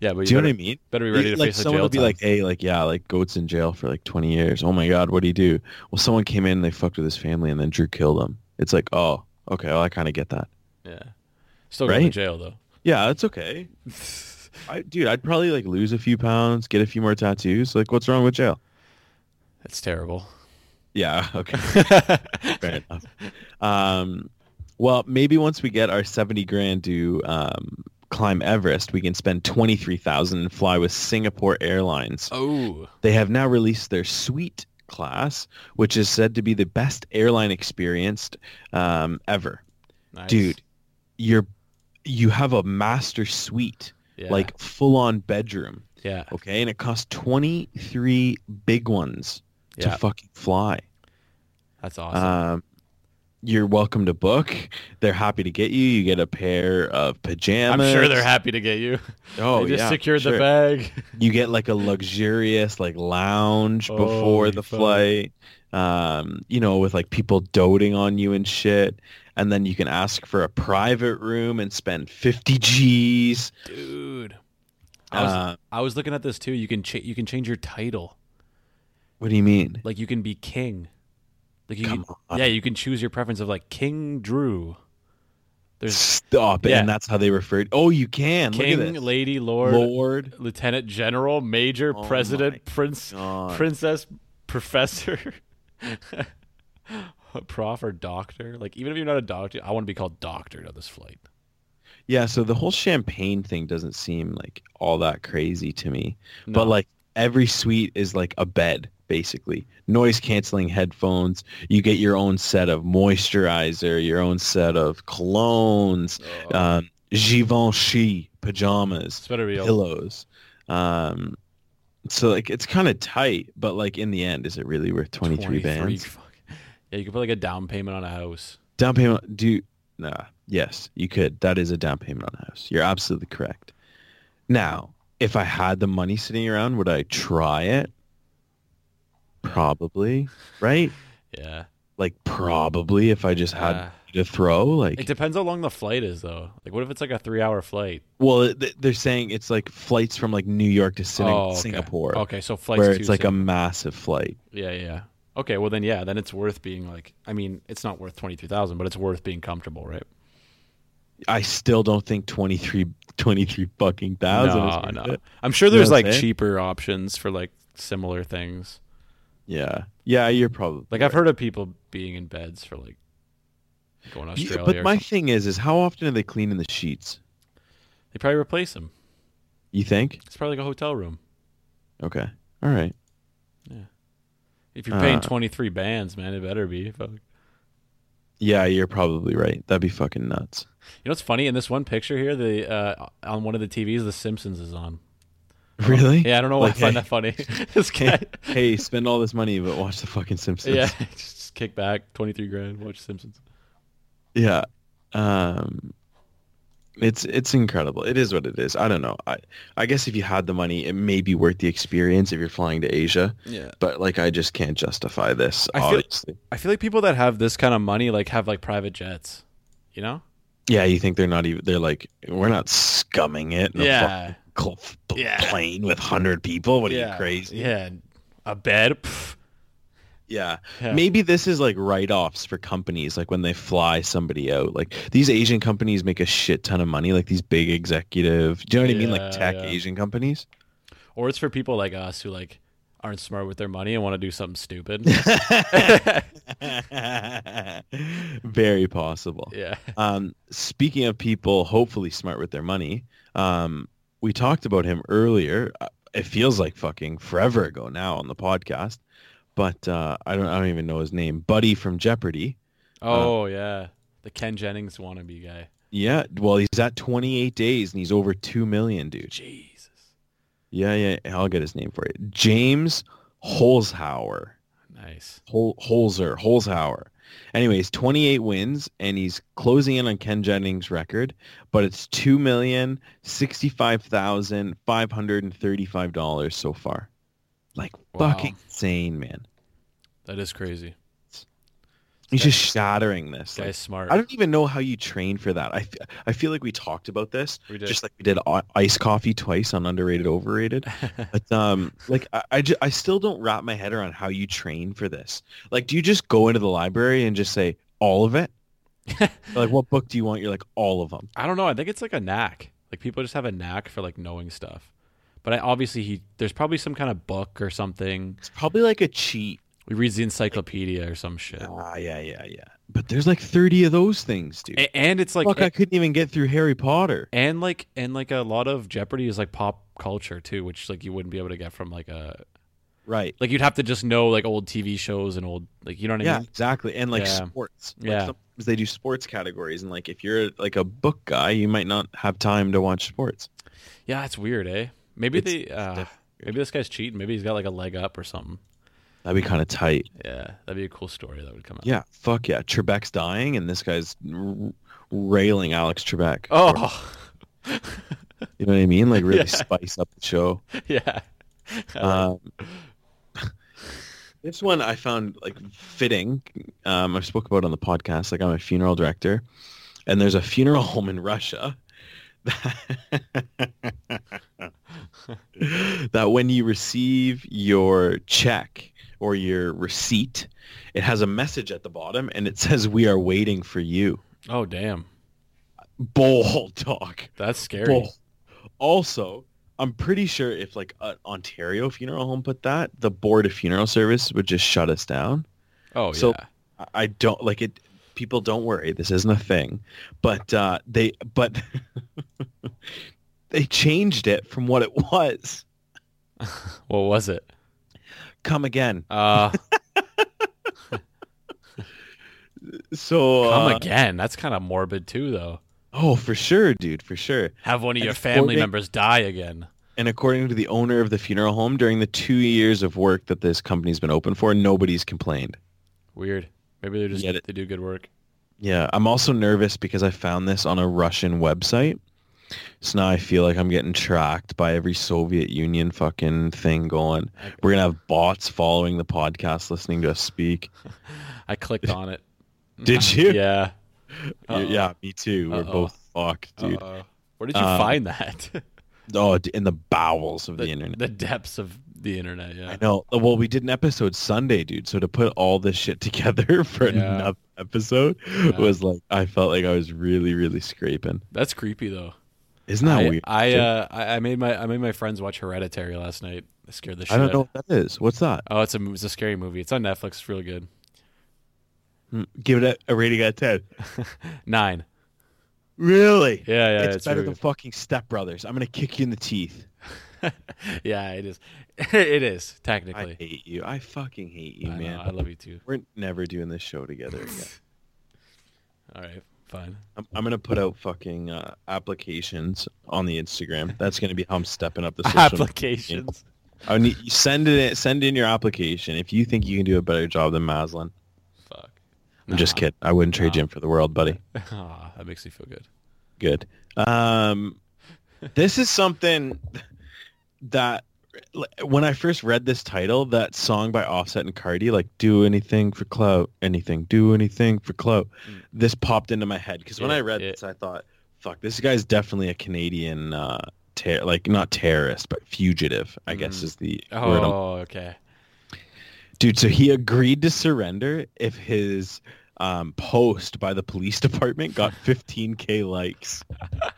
Speaker 1: yeah, but you
Speaker 2: Do you know
Speaker 1: better,
Speaker 2: what I mean?
Speaker 1: better be ready to
Speaker 2: like
Speaker 1: face the
Speaker 2: someone
Speaker 1: jail
Speaker 2: will be
Speaker 1: time.
Speaker 2: like, hey, like yeah, like goats in jail for like twenty years. Oh my god, what do you do? Well, someone came in, and they fucked with his family, and then Drew killed him. It's like, oh, okay, well, I kind of get that.
Speaker 1: yeah, still going to
Speaker 2: Right?
Speaker 1: jail though.
Speaker 2: Yeah, it's okay. I, dude, I'd probably like lose a few pounds, get a few more tattoos. Like, what's wrong with jail?
Speaker 1: That's terrible.
Speaker 2: Yeah, okay,
Speaker 1: yeah,
Speaker 2: fair enough. Um, well, maybe once we get our seventy grand to um, climb Everest, we can spend twenty three thousand and fly with Singapore Airlines.
Speaker 1: Oh,
Speaker 2: They have now released their Suite class, which is said to be the best airline experience um, ever.
Speaker 1: nice.
Speaker 2: Dude, you're you have a master suite,
Speaker 1: yeah.
Speaker 2: like full on bedroom.
Speaker 1: yeah,
Speaker 2: Okay, and it costs twenty three big ones
Speaker 1: yeah,
Speaker 2: to fucking fly.
Speaker 1: that's awesome.
Speaker 2: Um, you're welcome to book. They're happy to get you. You get a pair of
Speaker 1: I'm
Speaker 2: pajamas.
Speaker 1: sure they're happy to get you.
Speaker 2: Oh
Speaker 1: they just
Speaker 2: yeah,
Speaker 1: secured
Speaker 2: sure.
Speaker 1: the bag.
Speaker 2: You get like a luxurious like lounge before
Speaker 1: Holy
Speaker 2: the
Speaker 1: fuck.
Speaker 2: flight. Um, you know, with like people doting on you and shit. And then you can ask for a private room and spend fifty G's.
Speaker 1: Dude, I was,
Speaker 2: Uh,
Speaker 1: I was looking at this too. You can cha- you can change your title.
Speaker 2: what do you mean?
Speaker 1: Like you can be king. Like you
Speaker 2: Come
Speaker 1: can-
Speaker 2: on.
Speaker 1: yeah, you can choose your preference of like King Drew. There's
Speaker 2: Stop it.
Speaker 1: Yeah.
Speaker 2: And that's how they referred. Oh, you can. Look at
Speaker 1: king,
Speaker 2: this.
Speaker 1: lady, lord,
Speaker 2: Lord.
Speaker 1: lieutenant general, major,
Speaker 2: Oh my
Speaker 1: president, prince,
Speaker 2: God.
Speaker 1: princess, professor, prof or doctor. Like even if you're not a doctor, I want to be called doctor on this flight.
Speaker 2: yeah, so the whole champagne thing doesn't seem like all that crazy to me.
Speaker 1: No.
Speaker 2: But like every suite is like a bed basically. Noise canceling headphones, you get your own set of moisturizer, your own set of colognes,
Speaker 1: Oh,
Speaker 2: um, Givenchy pajamas.
Speaker 1: this better be a
Speaker 2: pillows. Um, so like it's kind of tight, but like in the end, is it really worth twenty three bands?
Speaker 1: fuck. Yeah, you could put like a down payment on a house.
Speaker 2: Down payment? Do nah? Yes, you could. That is a down payment on a house. You're absolutely correct. Now, if I had the money sitting around, would I try it? Probably, right?
Speaker 1: Yeah.
Speaker 2: Like probably if I just had
Speaker 1: Uh,
Speaker 2: to throw. Like,
Speaker 1: it depends how long the flight is though. Like what if it's like a 3-hour flight?
Speaker 2: well, th- they're saying it's like flights from like New York to Sing-
Speaker 1: Oh, okay.
Speaker 2: Singapore,
Speaker 1: Okay, so flights
Speaker 2: where
Speaker 1: to
Speaker 2: it's like
Speaker 1: Sing-
Speaker 2: a massive flight.
Speaker 1: Yeah, yeah. yeah. Okay, well then yeah, then it's worth being like I mean, it's not worth 22,000, but it's worth being comfortable, right?
Speaker 2: I still don't think 23, 23 fucking thousand. is
Speaker 1: no,
Speaker 2: worth
Speaker 1: no.
Speaker 2: it.
Speaker 1: I'm sure
Speaker 2: You know
Speaker 1: there's
Speaker 2: what I'm
Speaker 1: like
Speaker 2: saying?
Speaker 1: cheaper options for like similar things.
Speaker 2: Yeah, yeah, you're probably
Speaker 1: Like I've heard of people being in beds for like going to
Speaker 2: You-
Speaker 1: Australia.
Speaker 2: but
Speaker 1: or
Speaker 2: my
Speaker 1: something.
Speaker 2: thing is, is how often are they cleaning the sheets?
Speaker 1: they probably replace them.
Speaker 2: You think?
Speaker 1: It's probably like a hotel room.
Speaker 2: Okay, all right.
Speaker 1: If you're paying
Speaker 2: Uh.
Speaker 1: 23 bands, man, it better be. Fuck. You
Speaker 2: Yeah, you're probably right. That'd be fucking nuts.
Speaker 1: know what's funny in this one picture here, the uh, on one of the TVs the Simpsons is on.
Speaker 2: Really?
Speaker 1: Yeah, I don't know why
Speaker 2: Like,
Speaker 1: I find
Speaker 2: hey-
Speaker 1: that funny. this guy
Speaker 2: Hey, spend all this money, but watch the fucking Simpsons.
Speaker 1: Yeah, just kick back 23 grand, watch Simpsons.
Speaker 2: Yeah. Um, it's it's incredible. It is what it is. I don't know. I I guess if you had the money, it may be worth the experience if you're flying to Asia.
Speaker 1: Yeah.
Speaker 2: But like, I just can't justify this.
Speaker 1: I feel-
Speaker 2: obviously.
Speaker 1: I feel like people that have this kind of money like have like private jets, you know?
Speaker 2: Yeah, you think they're not even? They're like, we're not scumming it. In
Speaker 1: yeah.
Speaker 2: a fucking cl- b-
Speaker 1: Yeah.
Speaker 2: plane with hundred people. What are
Speaker 1: yeah.
Speaker 2: you crazy?
Speaker 1: Yeah. A bed. Pff.
Speaker 2: Yeah.
Speaker 1: Yeah.
Speaker 2: Maybe this is like write-offs for companies, like when they fly somebody out. Like these Asian companies make a shit ton of money. Like these big executive. Do you know what I mean?
Speaker 1: Yeah,
Speaker 2: Like tech
Speaker 1: yeah.
Speaker 2: Asian companies.
Speaker 1: Or it's for people like us who like aren't smart with their money and want to do something stupid.
Speaker 2: Very possible.
Speaker 1: yeah.
Speaker 2: Um, speaking of people hopefully smart with their money, um, we talked about him earlier. Uh, It feels like fucking forever ago now on the podcast, but uh, I don't I don't even know his name. Buddy from Jeopardy. Uh-huh.
Speaker 1: Oh yeah. The Ken Jennings wannabe guy.
Speaker 2: Yeah, well he's at 28 days and he's over 2 million, dude.
Speaker 1: Jesus.
Speaker 2: Yeah, yeah, I'll get his name for you. James Holzhauer.
Speaker 1: Nice.
Speaker 2: Hol- Holzer, Holzhauer. Anyways, 28 wins, and he's closing in on Ken Jennings' record, but it's two million sixty-five thousand five hundred and thirty-five dollars so far. Like
Speaker 1: Wow.
Speaker 2: fucking insane, man.
Speaker 1: That is crazy.
Speaker 2: He's
Speaker 1: Guy-
Speaker 2: just shattering this.
Speaker 1: This guy's
Speaker 2: Like,
Speaker 1: smart.
Speaker 2: I don't even know how you train for that. I, f- I feel like we talked about this,
Speaker 1: we did.
Speaker 2: just like we did i- iced coffee twice on underrated, overrated. But um, like I, I, ju- I still don't wrap my head around how you train for this. Like, do you just go into the library and just say all of it? Like, what book do you want? You're like all of them.
Speaker 1: I don't know. I think it's like a knack. Like people just have a knack for like knowing stuff. But I, obviously he there's probably some kind of book or something.
Speaker 2: It's probably like a cheat.
Speaker 1: He reads the encyclopedia or some shit.
Speaker 2: Ah, yeah, yeah, yeah. But there's like 30 of those things, dude.
Speaker 1: A- and it's like
Speaker 2: Fuck, I couldn't even get through Harry Potter.
Speaker 1: and like and like a lot of Jeopardy is like pop culture too, which like you wouldn't be able to get from like a
Speaker 2: Right.
Speaker 1: like you'd have to just know like old TV shows and old like you know what I
Speaker 2: Yeah,
Speaker 1: mean?
Speaker 2: exactly. And like
Speaker 1: Yeah.
Speaker 2: sports. Like,
Speaker 1: Yeah.
Speaker 2: Sometimes they do sports categories, and like if you're like a book guy, you might not have time to watch sports.
Speaker 1: Yeah, it's weird, eh? Maybe
Speaker 2: It's-
Speaker 1: they uh,
Speaker 2: definitely
Speaker 1: maybe this guy's cheating. Maybe he's got like a leg up or something.
Speaker 2: That'd be kind of tight.
Speaker 1: Yeah, that'd be a cool story that would come out.
Speaker 2: Yeah, fuck yeah. Trebek's dying, and this guy's r- railing Alex Trebek.
Speaker 1: Oh,
Speaker 2: You know what I mean? Like really
Speaker 1: Yeah.
Speaker 2: spice up the show.
Speaker 1: yeah.
Speaker 2: Um, this one I found like fitting. Um, I've spoke about it on the podcast. Like I'm a funeral director, and there's a funeral home in Russia. that when you receive your check or your receipt, it has a message at the bottom and it says, we are waiting for you.
Speaker 1: oh, damn.
Speaker 2: Bull dog.
Speaker 1: That's scary.
Speaker 2: Well, also, I'm pretty sure if like an Ontario funeral home put that, the board of funeral service would just shut us down.
Speaker 1: Oh,
Speaker 2: so-
Speaker 1: yeah.
Speaker 2: I- I don't like it. People don't worry. This isn't a thing, but uh, they but they changed it from what it was.
Speaker 1: What was it?
Speaker 2: Come again.
Speaker 1: Uh,
Speaker 2: So
Speaker 1: come
Speaker 2: uh,
Speaker 1: again. That's kind of morbid too, though.
Speaker 2: Oh, for sure, dude, for sure.
Speaker 1: Have one of
Speaker 2: and
Speaker 1: your
Speaker 2: it's
Speaker 1: family
Speaker 2: morbid.
Speaker 1: members die again.
Speaker 2: And according to the owner of the funeral home, during the two years of work that this company's been open for, nobody's complained.
Speaker 1: Weird. Maybe they're just
Speaker 2: Get it.
Speaker 1: they do good work.
Speaker 2: Yeah, I'm also nervous because I found this on a Russian website. So now I feel like I'm getting tracked by every Soviet Union fucking thing going.
Speaker 1: I,
Speaker 2: We're gonna have bots following the podcast, listening to us speak.
Speaker 1: I clicked on it.
Speaker 2: Did you?
Speaker 1: yeah. Uh-oh.
Speaker 2: Yeah, me too. We're
Speaker 1: Uh-oh.
Speaker 2: both fucked, dude.
Speaker 1: Uh-oh. Where did you
Speaker 2: Um,
Speaker 1: find that?
Speaker 2: Oh, d- in the bowels of the, internet.
Speaker 1: The depths of the internet. Yeah.
Speaker 2: I know. Uh, Well, we did an episode Sunday, dude. So to put all this shit together for
Speaker 1: Yeah.
Speaker 2: another episode
Speaker 1: Yeah.
Speaker 2: was like I felt like I was really, really scraping.
Speaker 1: That's creepy though.
Speaker 2: Isn't that
Speaker 1: I
Speaker 2: weird?
Speaker 1: I,
Speaker 2: dude?
Speaker 1: uh, I I made my I made my friends watch Hereditary last night. It scared the shit.
Speaker 2: I don't
Speaker 1: out-
Speaker 2: know what that is. What's that?
Speaker 1: Oh, it's a it's a scary movie. It's on Netflix. It's real good.
Speaker 2: Hmm, Give it a, a rating out of ten.
Speaker 1: Nine.
Speaker 2: Really?
Speaker 1: Yeah, yeah,
Speaker 2: it's,
Speaker 1: it's,
Speaker 2: better
Speaker 1: real
Speaker 2: than fucking Step Brothers. I'm gonna kick you in the teeth.
Speaker 1: good. yeah, it is. it is
Speaker 2: I
Speaker 1: technically.
Speaker 2: hate you. I fucking hate you,
Speaker 1: I, know,
Speaker 2: man.
Speaker 1: I love you too.
Speaker 2: We're never doing this show together again.
Speaker 1: All right, fine.
Speaker 2: I'm, I'm gonna put out fucking uh, applications on the Instagram. That's gonna be how I'm stepping up the social.
Speaker 1: Applications.
Speaker 2: I need you send it. Send in your application if you think you can do a better job than Maslin.
Speaker 1: Fuck.
Speaker 2: I'm just kidding. I wouldn't trade
Speaker 1: Nah.
Speaker 2: Jim for the world, buddy.
Speaker 1: Ah, that makes me feel good.
Speaker 2: Good. Um, this is something that when I first read this title, that song by Offset and Cardi, like "Do Anything for Clout," anything, do anything for clout.
Speaker 1: Mm.
Speaker 2: This popped into my head because when
Speaker 1: Yeah,
Speaker 2: I read
Speaker 1: yeah.
Speaker 2: this, I thought, "Fuck, this guy's definitely a Canadian." Uh, Ter- like not terrorist but fugitive i guess
Speaker 1: Mm.
Speaker 2: is the word I'm
Speaker 1: Oh, okay.
Speaker 2: Dude, so he agreed to surrender if his um, post by the police department got 15k likes.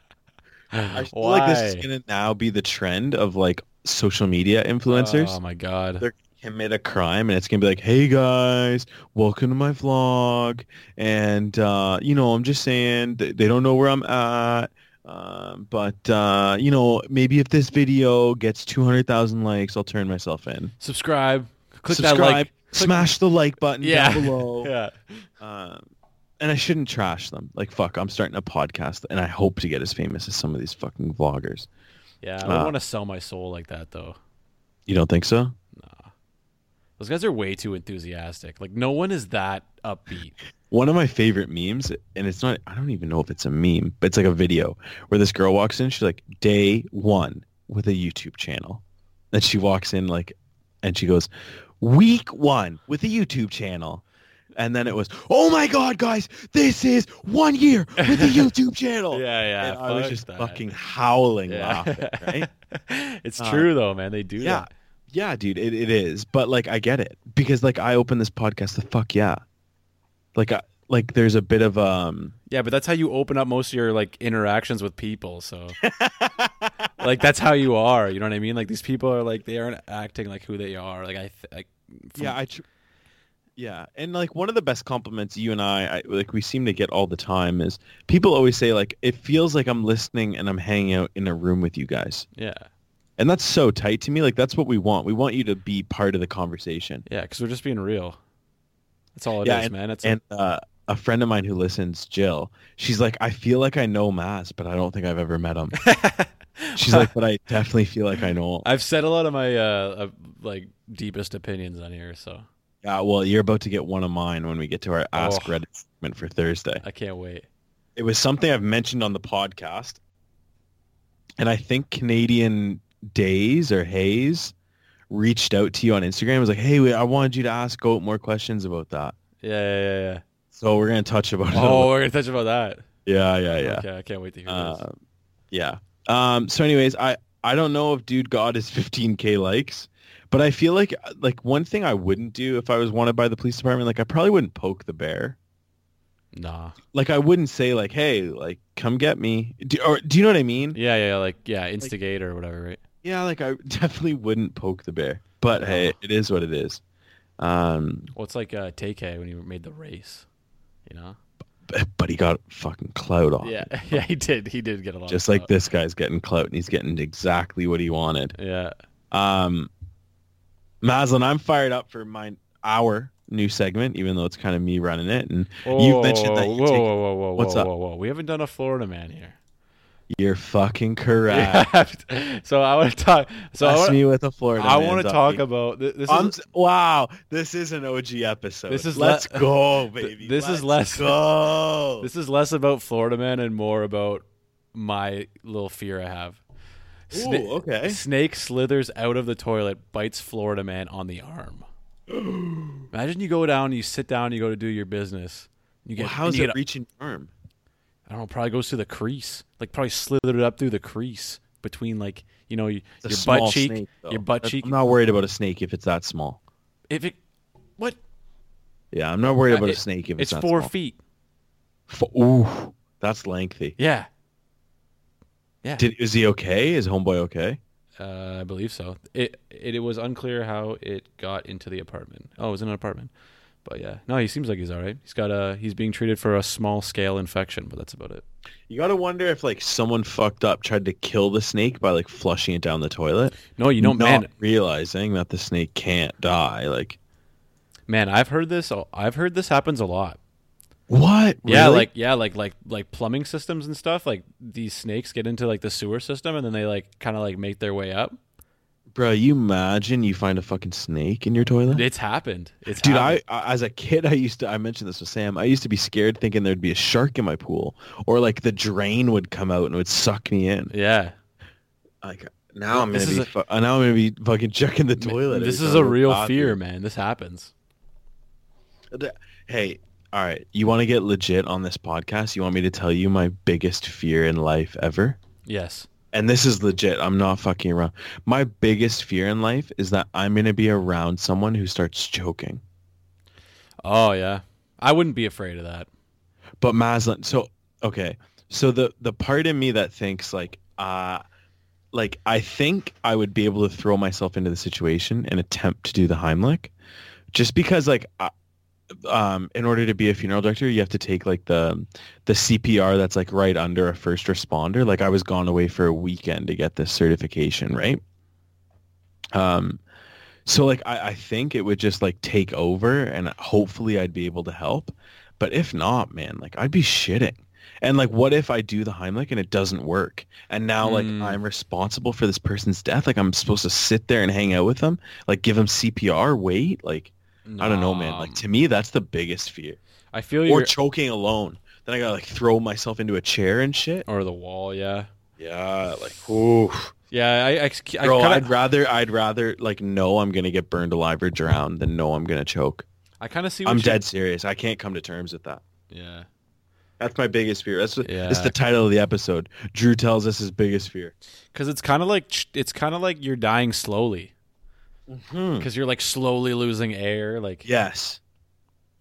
Speaker 2: I feel
Speaker 1: Why?
Speaker 2: like this is gonna now be the trend of like social media influencers.
Speaker 1: Oh my god.
Speaker 2: They're commit a crime and it's gonna be like, hey guys, welcome to my vlog, and uh, you know, I'm just saying th- they don't know where I'm at. Um, but uh, you know, maybe if this video gets 200,000 likes, I'll turn myself in.
Speaker 1: Subscribe. Click
Speaker 2: Subscribe,
Speaker 1: that like. click-
Speaker 2: smash the like button
Speaker 1: Yeah.
Speaker 2: down below.
Speaker 1: Yeah.
Speaker 2: Um, and I shouldn't trash them. Like, fuck, I'm starting a podcast, and I hope to get as famous as some of these fucking vloggers.
Speaker 1: Yeah. I don't
Speaker 2: Uh,
Speaker 1: want to sell my soul like that though.
Speaker 2: You don't think so?
Speaker 1: Those guys are way too enthusiastic. Like no one is that upbeat.
Speaker 2: One of my favorite memes, and it's not, I don't even know if it's a meme, but it's like a video where this girl walks in. She's like, day one with a YouTube channel. And she walks in, like, and she goes, week one with a YouTube channel. And then it was, oh my God, guys, this is one year with a YouTube channel.
Speaker 1: Yeah, yeah.
Speaker 2: Oh, and I was
Speaker 1: fuck
Speaker 2: just
Speaker 1: that.
Speaker 2: fucking howling laughing, right?
Speaker 1: it's
Speaker 2: Uh,
Speaker 1: true though, man. They do
Speaker 2: yeah.
Speaker 1: that.
Speaker 2: Yeah, dude, it, it is. But like I get it. Because like I open this podcast the fuck yeah. Like I, like there's a bit of um
Speaker 1: Yeah, but that's how you open up most of your like interactions with people. So like that's how you are. You know what I mean? Like these people are like they aren't acting like who they are. Like I th- like from-
Speaker 2: Yeah, I tr- Yeah, and like one of the best compliments you and I, I like we seem to get all the time is people always say like it feels like I'm listening and I'm hanging out in a room with you guys.
Speaker 1: yeah
Speaker 2: And that's so tight to me. Like that's what we want. We want you to be part of the conversation.
Speaker 1: yeah because we're just being real. That's all it is,
Speaker 2: Yeah,
Speaker 1: man. It's
Speaker 2: And uh, a friend of mine who listens, Jill, she's like, I feel like I know Mass, but I don't think I've ever met him. She's like, but I definitely feel like I know.
Speaker 1: I've said a lot of my uh, uh like deepest opinions on here, so
Speaker 2: Yeah, well, you're about to get one of mine when we get to our Ask
Speaker 1: Oh.
Speaker 2: Reddit segment for Thursday.
Speaker 1: I can't wait.
Speaker 2: It was something I've mentioned on the podcast, and I think Canadian Days or Hayes reached out to you on Instagram. and was like, hey, we- I wanted you to ask Goat more questions about that.
Speaker 1: Yeah, yeah, yeah.
Speaker 2: So we're gonna touch about it. a
Speaker 1: Oh,
Speaker 2: little-
Speaker 1: we're gonna touch about that.
Speaker 2: yeah, yeah, yeah.
Speaker 1: Okay, I can't wait to hear this.
Speaker 2: Um, yeah. Um, so, anyways, I I don't know if dude got his 15k likes, but I feel like like one thing I wouldn't do if I was wanted by the police department, like I probably wouldn't poke the bear.
Speaker 1: Nah.
Speaker 2: Like I wouldn't say like, hey, like come get me, do, or do you know what I mean?
Speaker 1: Yeah, yeah, like yeah, instigate or whatever, right?
Speaker 2: Yeah, like I definitely wouldn't poke the bear. But hey, it is what it is. Um,
Speaker 1: Well, it's like uh, TK when he made the race, you know?
Speaker 2: but he got fucking clout off.
Speaker 1: Yeah,
Speaker 2: it.
Speaker 1: yeah, he did. He did get a lot.
Speaker 2: Just
Speaker 1: of
Speaker 2: like
Speaker 1: clout.
Speaker 2: this guy's getting clout and he's getting exactly what he wanted.
Speaker 1: Yeah.
Speaker 2: Um, Maslin, I'm fired up for my our new segment, even though it's kind of me running it. And You mentioned that
Speaker 1: Whoa,
Speaker 2: you
Speaker 1: whoa,
Speaker 2: take-
Speaker 1: whoa, whoa, whoa,
Speaker 2: What's
Speaker 1: whoa,
Speaker 2: up?
Speaker 1: whoa, whoa. We haven't done a Florida man here.
Speaker 2: you're fucking correct.
Speaker 1: Yeah. so I want to talk. So I
Speaker 2: Bless
Speaker 1: wanna-
Speaker 2: me with a Florida.
Speaker 1: I
Speaker 2: man,
Speaker 1: want to
Speaker 2: Duffy.
Speaker 1: talk about th- this.
Speaker 2: I'm
Speaker 1: is,
Speaker 2: s- wow, this is an OG episode.
Speaker 1: This is le-
Speaker 2: let's go, baby.
Speaker 1: this is
Speaker 2: Let's
Speaker 1: less-
Speaker 2: go.
Speaker 1: this is less about Florida man and more about my little fear I have. Sna-
Speaker 2: Ooh, okay.
Speaker 1: Snake slithers out of the toilet, bites Florida man on the arm. Imagine you go down, you sit down, you go to do your business. You get
Speaker 2: Well, how's
Speaker 1: and you
Speaker 2: it
Speaker 1: get a-
Speaker 2: reaching your arm?
Speaker 1: I don't know. Probably goes through the crease. Like probably slithered it up through the crease between like you know y-
Speaker 2: It's a
Speaker 1: your
Speaker 2: small
Speaker 1: butt cheek,
Speaker 2: snake, though.
Speaker 1: your butt
Speaker 2: That's-
Speaker 1: cheek.
Speaker 2: I'm not worried about a snake if it's that small.
Speaker 1: if it, what?
Speaker 2: Yeah, I'm not worried about
Speaker 1: it-
Speaker 2: a snake if
Speaker 1: It's
Speaker 2: it's, that
Speaker 1: four
Speaker 2: small.
Speaker 1: feet.
Speaker 2: Fo- Ooh, that's lengthy.
Speaker 1: Yeah,
Speaker 2: Did is he okay? Is homeboy okay?
Speaker 1: Uh, I believe so. It, it it was unclear how it got into the apartment. Oh, it was in an apartment. But yeah, no, he seems like he's all right. He's got a he's being treated for a small scale infection, but that's about it.
Speaker 2: You gotta wonder if like someone fucked up tried to kill the snake by like flushing it down the toilet.
Speaker 1: No, you know,
Speaker 2: not
Speaker 1: man,
Speaker 2: realizing that the snake can't die. Like
Speaker 1: man, I've heard this. I've heard this happens a lot.
Speaker 2: what?
Speaker 1: Yeah,
Speaker 2: Really?
Speaker 1: like yeah, like like like plumbing systems and stuff. Like these snakes get into like the sewer system and then they like kind of like make their way up.
Speaker 2: bro, you imagine you find a fucking snake in your toilet.
Speaker 1: It's happened. It's
Speaker 2: Dude, I,
Speaker 1: happened.
Speaker 2: I as a kid, I used to. I mentioned this with Sam. I used to be scared, thinking there'd be a shark in my pool, or like the drain would come out and would suck me in.
Speaker 1: yeah.
Speaker 2: Like now, I'm
Speaker 1: This
Speaker 2: gonna be.
Speaker 1: is
Speaker 2: fu- now I'm gonna be fucking checking the toilet.
Speaker 1: This is
Speaker 2: every time
Speaker 1: a
Speaker 2: I go
Speaker 1: real
Speaker 2: bathroom.
Speaker 1: fear, man. This happens.
Speaker 2: Hey, all right. You want to get legit on this podcast? You want me to tell you my biggest fear in life ever?
Speaker 1: Yes.
Speaker 2: and this is legit. I'm not fucking around. My biggest fear in life is that I'm going to be around someone who starts choking.
Speaker 1: Oh yeah. I wouldn't be afraid of that.
Speaker 2: But Maslin, so okay. So the the part in me that thinks like uh like I think I would be able to throw myself into the situation and attempt to do the Heimlich just because like I, um in order to be a funeral director, you have to take like the the CPR that's like right under a first responder. Like I was gone away for a weekend to get this certification, right? Um so like I, I think it would just like take over and hopefully I'd be able to help. But if not, man, like I'd be shitting. And like what if I do the Heimlich and it doesn't work? And now like
Speaker 1: Mm.
Speaker 2: I'm responsible for this person's death. Like I'm supposed to sit there and hang out with them, like give them CPR, wait, like I don't know, man. Like
Speaker 1: Um,
Speaker 2: to me, that's the biggest fear.
Speaker 1: I feel you.
Speaker 2: Or choking alone. Then I gotta like throw myself into a chair and shit.
Speaker 1: or the wall. Yeah,
Speaker 2: Yeah, like oof.
Speaker 1: yeah. I, I, I
Speaker 2: Bro,
Speaker 1: kinda,
Speaker 2: I'd rather I'd rather like know I'm gonna get burned alive or drown than know I'm gonna choke.
Speaker 1: I kind of see. What
Speaker 2: I'm
Speaker 1: you-
Speaker 2: dead serious. I can't come to terms with that.
Speaker 1: Yeah,
Speaker 2: That's my biggest fear. That's what,
Speaker 1: Yeah.
Speaker 2: it's the title of the episode. Drew tells us his biggest fear.
Speaker 1: because it's kind of like ch- it's kind of like you're dying slowly
Speaker 2: Hmm.
Speaker 1: because you're like slowly losing air. Like
Speaker 2: Yes.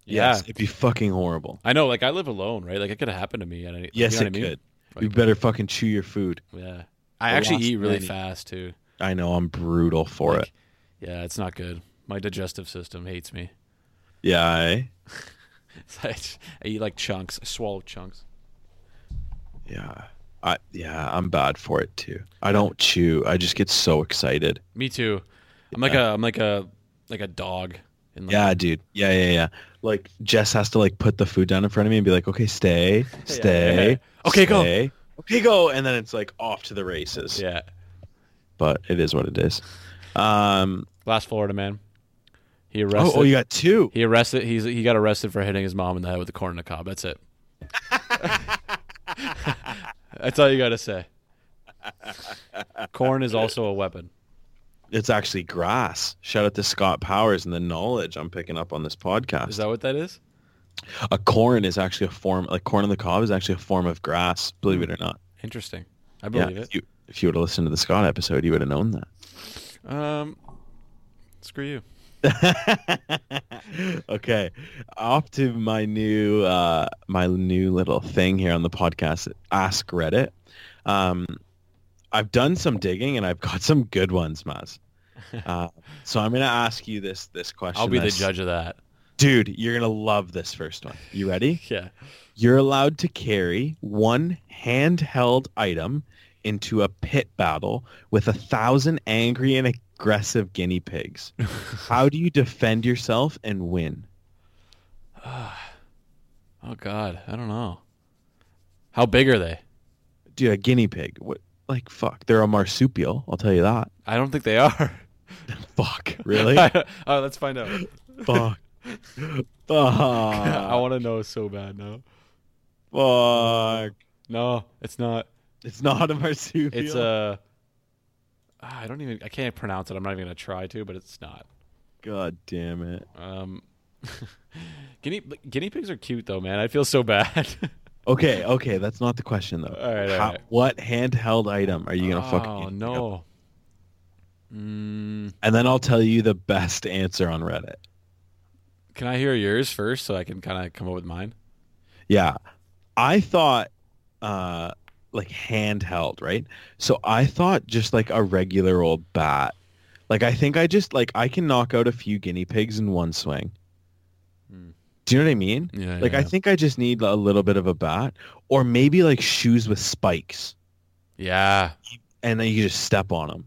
Speaker 1: yeah.
Speaker 2: Yes. It'd be fucking horrible.
Speaker 1: I know. Like I live alone, right? Like it could have happened to me. At any,
Speaker 2: Yes,
Speaker 1: you know
Speaker 2: it
Speaker 1: what I mean?
Speaker 2: could. You
Speaker 1: Like,
Speaker 2: better fucking chew your food.
Speaker 1: Yeah, I
Speaker 2: The
Speaker 1: actually
Speaker 2: last
Speaker 1: eat really
Speaker 2: many.
Speaker 1: fast too.
Speaker 2: I know I'm brutal for
Speaker 1: Like,
Speaker 2: it.
Speaker 1: Yeah, it's not good. My digestive system hates me.
Speaker 2: Yeah. eh?
Speaker 1: It's like- I eat like chunks. I swallow chunks.
Speaker 2: Yeah. I yeah, I'm bad for it too. I don't chew. I just get so excited.
Speaker 1: Me too. I'm like a I'm like a like a dog. In like
Speaker 2: Yeah, dude. Yeah, yeah, yeah. Like Jess has to like put the food down in front of me and be like, "Okay, stay, stay,
Speaker 1: yeah. Okay, go.
Speaker 2: stay, okay, go," and then it's like off to the races.
Speaker 1: Yeah.
Speaker 2: But it is what it is. Um.
Speaker 1: Last Florida man. He
Speaker 2: Oh,
Speaker 1: arrested.
Speaker 2: oh, you got two.
Speaker 1: He arrested. He's he got arrested for hitting his mom in the head with a corn on the cob. That's it. That's all you gotta say. Corn is also a weapon.
Speaker 2: It's actually grass. Shout out to Scott Powers and the knowledge I'm picking up on this podcast.
Speaker 1: Is that what that is?
Speaker 2: a corn is actually a form. Like corn on the cob is actually a form of grass.
Speaker 1: Mm.
Speaker 2: Believe it or not.
Speaker 1: Interesting. I
Speaker 2: Yeah.
Speaker 1: believe
Speaker 2: If you, if you would have listened to the Scott episode, you would have known that.
Speaker 1: it. Um, screw you.
Speaker 2: okay off to my new uh my new little thing here on the podcast ask reddit um i've done some digging and i've got some good ones maz uh, so i'm gonna ask you this this question
Speaker 1: I'll be the
Speaker 2: that's-
Speaker 1: judge of that.
Speaker 2: Dude, you're going to love this first one. You ready?
Speaker 1: Yeah.
Speaker 2: You're allowed to carry one handheld item into a pit battle with a thousand angry and aggressive guinea pigs. How do you defend yourself and win?
Speaker 1: Oh God, I don't know. How big are they?
Speaker 2: Dude, a guinea pig. What? Like, fuck. They're a marsupial. I'll tell you that.
Speaker 1: I don't think they are.
Speaker 2: Fuck. Really?
Speaker 1: All right, let's find out.
Speaker 2: fuck.
Speaker 1: I
Speaker 2: Fuck.
Speaker 1: want to know so bad now.
Speaker 2: Fuck.
Speaker 1: No, it's not.
Speaker 2: It's not a marsupial.
Speaker 1: It's a. Ah, I don't even. I can't pronounce it. I'm not even gonna try to. But it's not.
Speaker 2: God damn it.
Speaker 1: Um, guinea guinea pigs are cute though, man. I feel so bad.
Speaker 2: Okay, okay, that's not the question though.
Speaker 1: All right, all
Speaker 2: How-
Speaker 1: right.
Speaker 2: What handheld item are you gonna fucking?
Speaker 1: oh
Speaker 2: get?
Speaker 1: no. Mm,
Speaker 2: And then I'll tell you the best answer on Reddit.
Speaker 1: can I hear yours first so I can kind of come up with mine?
Speaker 2: Yeah, I thought, uh, like handheld, right? So I thought just like a regular old bat. Like I think I just like I can knock out a few guinea pigs in one swing.
Speaker 1: Hmm.
Speaker 2: Do you know what I mean?
Speaker 1: Yeah.
Speaker 2: Like I think I just need a little bit of a bat, or maybe like shoes with spikes,
Speaker 1: yeah.
Speaker 2: and then you just step on them.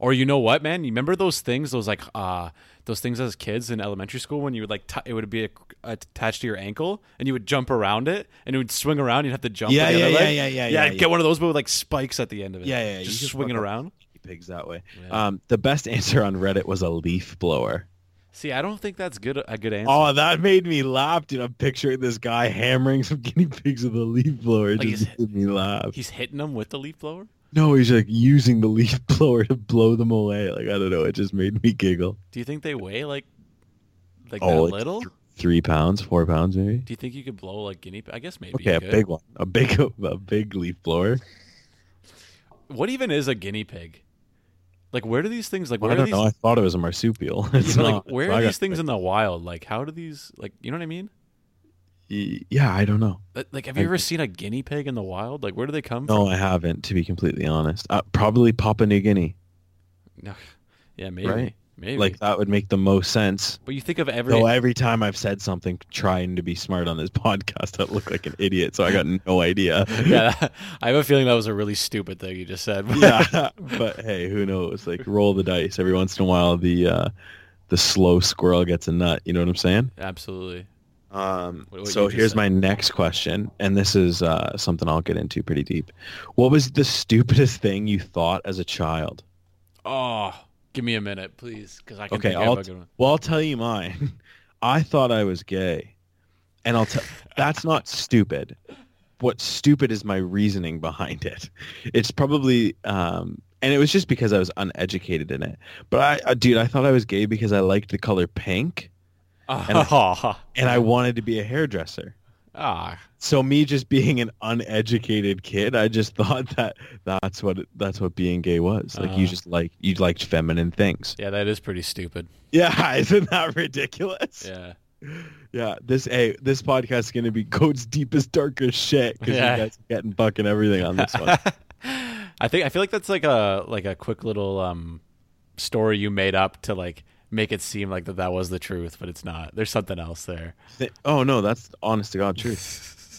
Speaker 1: Or you know what, man? You remember those things? Those like uh those things as kids in elementary school when you would like t- it would be a, attached to your ankle and you would jump around it and it would swing around. you'd have to jump.
Speaker 2: Yeah,
Speaker 1: with the
Speaker 2: yeah,
Speaker 1: other
Speaker 2: yeah,
Speaker 1: leg.
Speaker 2: yeah, yeah,
Speaker 1: yeah.
Speaker 2: yeah,
Speaker 1: I'd
Speaker 2: yeah.
Speaker 1: get one of those, but with like spikes at the end of it.
Speaker 2: Yeah, yeah, you
Speaker 1: Just
Speaker 2: can
Speaker 1: swinging
Speaker 2: fuck up.
Speaker 1: around. Uh,
Speaker 2: guinea pigs that way.
Speaker 1: Yeah.
Speaker 2: Um, the best answer on Reddit was a leaf blower.
Speaker 1: See, I don't think that's good. A good answer.
Speaker 2: Oh, that made me laugh, dude. I'm picturing this guy hammering some guinea pigs with a leaf blower. It
Speaker 1: Like
Speaker 2: just
Speaker 1: he's-
Speaker 2: made me laugh.
Speaker 1: He's hitting them with the leaf blower.
Speaker 2: No, he's like using the leaf blower to blow them away. Like I don't know, it just made me giggle.
Speaker 1: Do you think they weigh like like
Speaker 2: Oh,
Speaker 1: that
Speaker 2: like
Speaker 1: little?
Speaker 2: th- three pounds, four pounds, maybe.
Speaker 1: Do you think you could blow like guinea? I guess maybe.
Speaker 2: Okay,
Speaker 1: you
Speaker 2: a
Speaker 1: could.
Speaker 2: big one, a big, a big leaf blower.
Speaker 1: What even is a guinea pig? Like, where do these things like? Where
Speaker 2: I
Speaker 1: are
Speaker 2: don't
Speaker 1: these,
Speaker 2: know. I thought it was a marsupial.
Speaker 1: Yeah,
Speaker 2: It's
Speaker 1: but, like,
Speaker 2: not.
Speaker 1: where
Speaker 2: I
Speaker 1: are
Speaker 2: got-
Speaker 1: these things in the wild? Like, how do these like? You know what I mean?
Speaker 2: Yeah, I don't know.
Speaker 1: Like- Like, have you
Speaker 2: I-
Speaker 1: ever seen a guinea pig in the wild? Like, where do they come
Speaker 2: No, I haven't. To be completely honest, uh, probably Papua New Guinea.
Speaker 1: from? No. Yeah, maybe.
Speaker 2: Right.
Speaker 1: Maybe.
Speaker 2: Like that would make the most sense.
Speaker 1: but you think of every.
Speaker 2: Though every time I've said something trying to be smart on this podcast, I look like an idiot. So I got no idea.
Speaker 1: yeah, that- I have a feeling that was a really stupid thing you just said.
Speaker 2: yeah. But hey, who knows? Like roll the dice. Every once in a while, the uh, the slow squirrel gets a nut. You know what I'm saying?
Speaker 1: Absolutely.
Speaker 2: Um,
Speaker 1: What- what you
Speaker 2: so
Speaker 1: just
Speaker 2: here's
Speaker 1: said.
Speaker 2: my next question, and this is uh, something I'll get into pretty deep. What was the stupidest thing you thought as a child?
Speaker 1: Oh, give me a minute, please, because I can
Speaker 2: Okay,
Speaker 1: think of
Speaker 2: I'll
Speaker 1: a
Speaker 2: t-
Speaker 1: good one.
Speaker 2: well, I'll tell you mine. I thought I was gay, and I'll tell that's not stupid. What's stupid is my reasoning behind it. It's probably, um, and it was just because I was uneducated in it. But I, uh, dude, I thought I was gay because I liked the color pink,
Speaker 1: Ah,
Speaker 2: and I wanted to be a hairdresser.
Speaker 1: ah,
Speaker 2: So me just being an uneducated kid, I just thought that that's what that's what being gay was. Like you
Speaker 1: Uh.
Speaker 2: just like you liked feminine things.
Speaker 1: yeah, that is pretty stupid.
Speaker 2: Yeah, isn't that ridiculous?
Speaker 1: Yeah.
Speaker 2: Yeah, this hey, this podcast is gonna be Code's deepest, darkest shit because
Speaker 1: Yeah.
Speaker 2: you guys are getting fucking everything on this one.
Speaker 1: I think I feel like that's like a like a quick little um story you made up to like make it seem like that that was the truth, but it's not. There's something else there.
Speaker 2: Th- oh no, that's honest to god truth.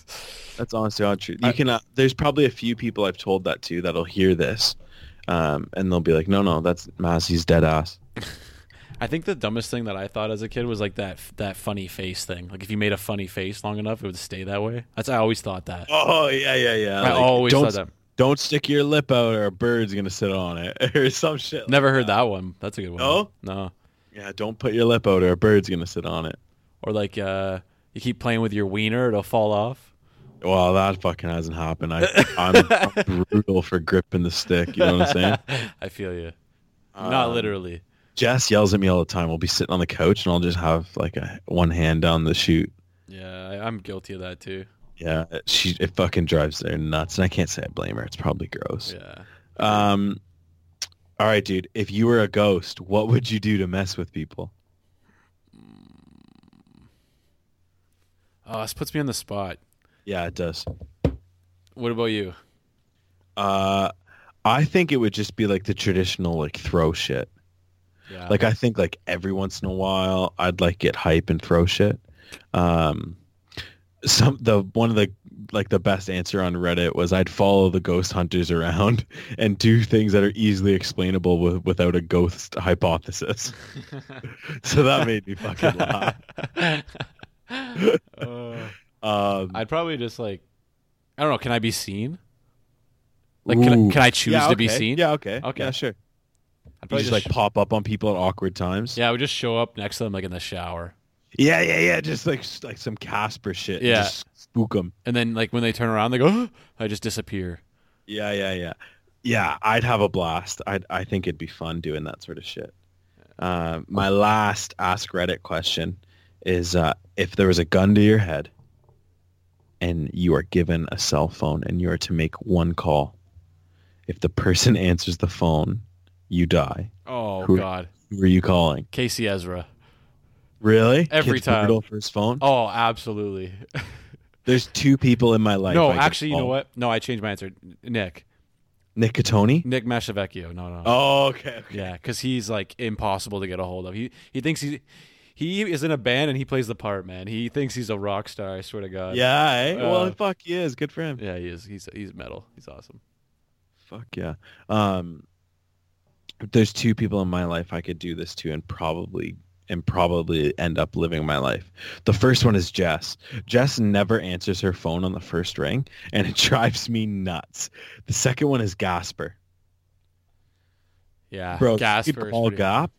Speaker 2: That's honest to god truth. You
Speaker 1: I-
Speaker 2: can. Uh, there's probably a few people I've told that to that'll hear this, um, and they'll be like, "No, no, that's Mazzy's dead ass."
Speaker 1: I think the dumbest thing that I thought as a kid was like that that funny face thing. Like if you made a funny face long enough, it would stay that way. That's I always thought that.
Speaker 2: Oh yeah, yeah, yeah.
Speaker 1: I
Speaker 2: Like,
Speaker 1: always
Speaker 2: don't
Speaker 1: thought that.
Speaker 2: don't stick your lip out or a bird's gonna sit on it or some shit. like-
Speaker 1: Never heard that one. That's a good one.
Speaker 2: No?
Speaker 1: No.
Speaker 2: yeah, don't put your lip out or a bird's gonna sit on it.
Speaker 1: Or like uh you keep playing with your wiener, it'll fall off.
Speaker 2: Well, that fucking hasn't happened. I, I'm, I'm brutal for gripping the stick. You know what I'm saying?
Speaker 1: I feel you. Not
Speaker 2: Um,
Speaker 1: literally.
Speaker 2: Jess yells at me all the time. We'll be sitting on the couch and I'll just have like a one hand down the chute.
Speaker 1: Yeah, I, I'm guilty of that too.
Speaker 2: Yeah, it- she it fucking drives her nuts, and I can't say I blame her. It's probably gross.
Speaker 1: Yeah.
Speaker 2: Um, all right, dude. If you were a ghost, what would you do to mess with people?
Speaker 1: Oh, this puts me on the spot.
Speaker 2: Yeah, it does.
Speaker 1: What about you?
Speaker 2: Uh, I think it would just be like the traditional like throw shit.
Speaker 1: Yeah.
Speaker 2: Like I think like every once in a while I'd like get hype and throw shit. Um, some the one of the like the best answer on Reddit was I'd follow the ghost hunters around and do things that are easily explainable with, without a ghost hypothesis. so that made me fucking laugh.
Speaker 1: Uh,
Speaker 2: Um,
Speaker 1: I'd probably just like, I don't know. Can I be seen? Like, can I,
Speaker 2: Ooh.
Speaker 1: can I choose
Speaker 2: yeah,
Speaker 1: to be
Speaker 2: okay.
Speaker 1: seen?
Speaker 2: Yeah, okay.
Speaker 1: Okay.
Speaker 2: Yeah, sure.
Speaker 1: I'd
Speaker 2: You
Speaker 1: probably
Speaker 2: just like pop up on people at awkward times.
Speaker 1: yeah, I would just show up next to them like in the shower,
Speaker 2: yeah, yeah, yeah. Just like like some Casper shit.
Speaker 1: Yeah.
Speaker 2: Just spook them.
Speaker 1: and then like when they turn around, they go, I just disappear.
Speaker 2: Yeah, yeah, yeah. Yeah, I'd have a blast. I I think it'd be fun doing that sort of shit. Uh, my last ask Reddit question is uh, if there was a gun to your head and you are given a cell phone and you are to make one call. If the person answers the phone, you die.
Speaker 1: Oh
Speaker 2: Who-
Speaker 1: God,
Speaker 2: Who are you calling?
Speaker 1: Casey Ezra.
Speaker 2: Really?
Speaker 1: Every
Speaker 2: Kid's
Speaker 1: time.
Speaker 2: brutal for his phone.
Speaker 1: Oh, absolutely.
Speaker 2: There's two people in my life.
Speaker 1: no,
Speaker 2: I could
Speaker 1: actually, you know
Speaker 2: call.
Speaker 1: what? No, I changed my answer. Nick,
Speaker 2: Nick Catone?
Speaker 1: Nick Mashavecchio. No, no.
Speaker 2: Oh, okay. okay.
Speaker 1: Yeah, because he's like impossible to get a hold of. He he thinks he he is in a band and he plays the part, man. He thinks he's a rock star. I swear to God.
Speaker 2: Yeah, eh? well,
Speaker 1: Uh,
Speaker 2: fuck, he is. Good for him.
Speaker 1: yeah, he is. He's he's metal. He's awesome.
Speaker 2: Fuck yeah. Um, there's two people in my life I could do this to and probably and probably end up living my life. The first one is Jess. Jess never answers her phone on the first ring and it drives me nuts. The second one is Gasper.
Speaker 1: Yeah,
Speaker 2: Bro,
Speaker 1: Ah, Gasper.
Speaker 2: you could
Speaker 1: is
Speaker 2: call
Speaker 1: pretty-
Speaker 2: Gap?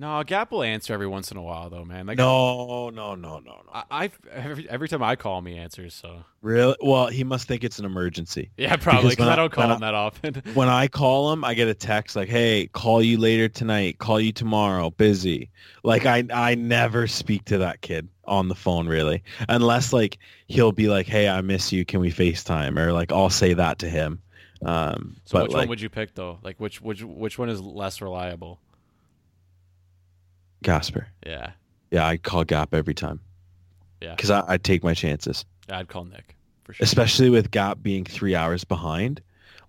Speaker 1: no, Gap will answer every once in a while though, man. Like
Speaker 2: No, no, no, no, no.
Speaker 1: I, I every, every time I call him, he answers. So
Speaker 2: really? Well, he must think it's an emergency.
Speaker 1: yeah, probably
Speaker 2: Because
Speaker 1: because
Speaker 2: when
Speaker 1: I
Speaker 2: I-
Speaker 1: don't call
Speaker 2: when I-
Speaker 1: him that often.
Speaker 2: when I call him, I get a text like, "Hey, call you later tonight. Call you tomorrow. Busy." Like I I never speak to that kid on the phone really, unless like he'll be like, "Hey, I miss you. Can we FaceTime?" or like I'll say that to him. Um,
Speaker 1: so
Speaker 2: but
Speaker 1: which
Speaker 2: like
Speaker 1: one would you pick though? Like which which which one is less reliable?
Speaker 2: Gasper?
Speaker 1: Yeah,
Speaker 2: Yeah, I call Gap every time.
Speaker 1: Yeah.
Speaker 2: because I, I take my chances,
Speaker 1: I'd call Nick for sure.
Speaker 2: especially with Gap being three hours behind.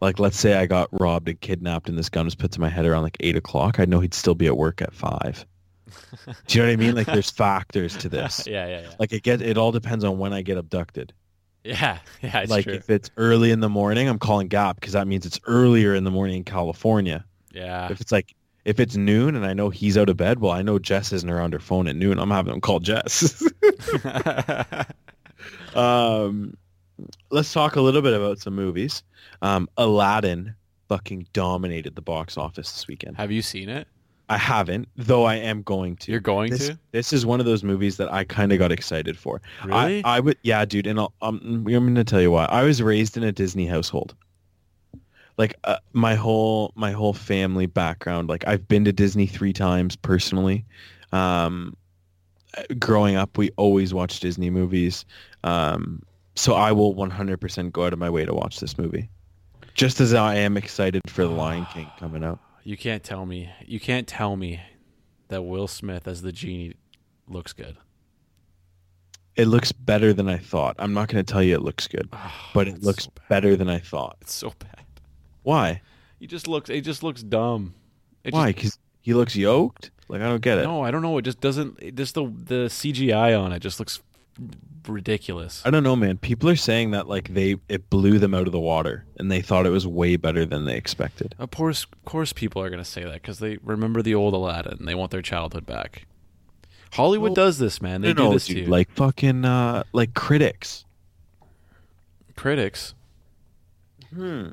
Speaker 2: Like, let's say I got robbed and kidnapped, and this gun was put to my head around like eight o'clock. I know he'd still be at work at five. Do you know what I mean? Like there's factors to this.
Speaker 1: yeah, yeah, yeah,
Speaker 2: Like it get it all depends on when I get abducted.
Speaker 1: yeah, yeah. It's
Speaker 2: like
Speaker 1: true.
Speaker 2: if it's early in the morning, I'm calling Gap because that means it's earlier in the morning in California.
Speaker 1: Yeah,
Speaker 2: If it's like if it's noon and I know he's out of bed, well I know Jess isn't around her phone at noon. I'm having him call Jess. um let's talk a little bit about some movies. Um Aladdin fucking dominated the box office this weekend.
Speaker 1: have you seen it?
Speaker 2: I haven't, though I am going to.
Speaker 1: You're going
Speaker 2: this,
Speaker 1: to
Speaker 2: this is one of those movies that I kind of got excited for.
Speaker 1: really?
Speaker 2: I, I would, yeah, dude, and I'll, um, I'm going to tell you why. I was raised in a Disney household. Like uh, my whole my whole family background, like I've been to Disney three times personally. Um, uh, growing up, we always watched Disney movies, um, so I will 100% go out of my way to watch this movie. Just as I am excited for The Lion King coming out.
Speaker 1: you can't tell me. You can't tell me that Will Smith as the genie looks good.
Speaker 2: It looks better than I thought. I'm not going to tell you it looks good,
Speaker 1: Ah,
Speaker 2: but it
Speaker 1: it's
Speaker 2: looks
Speaker 1: so bad.
Speaker 2: better than I thought.
Speaker 1: It's so bad.
Speaker 2: Why?
Speaker 1: He just looks. It just looks dumb. It
Speaker 2: Why? Because he looks yoked. Like I don't get it.
Speaker 1: Just, no, I don't know. It just doesn't. It just the the CGI on it just looks ridiculous.
Speaker 2: I don't know, man. People are saying that like they it blew them out of the water, and they thought it was way better than they expected.
Speaker 1: Of course, of course, people are gonna say that because they remember the old Aladdin. and They want their childhood back. Hollywood
Speaker 2: Well,
Speaker 1: does this, man. They
Speaker 2: No,
Speaker 1: do
Speaker 2: no,
Speaker 1: this
Speaker 2: dude,
Speaker 1: to you.
Speaker 2: Like fucking uh, like critics.
Speaker 1: critics. Uh, Hmm.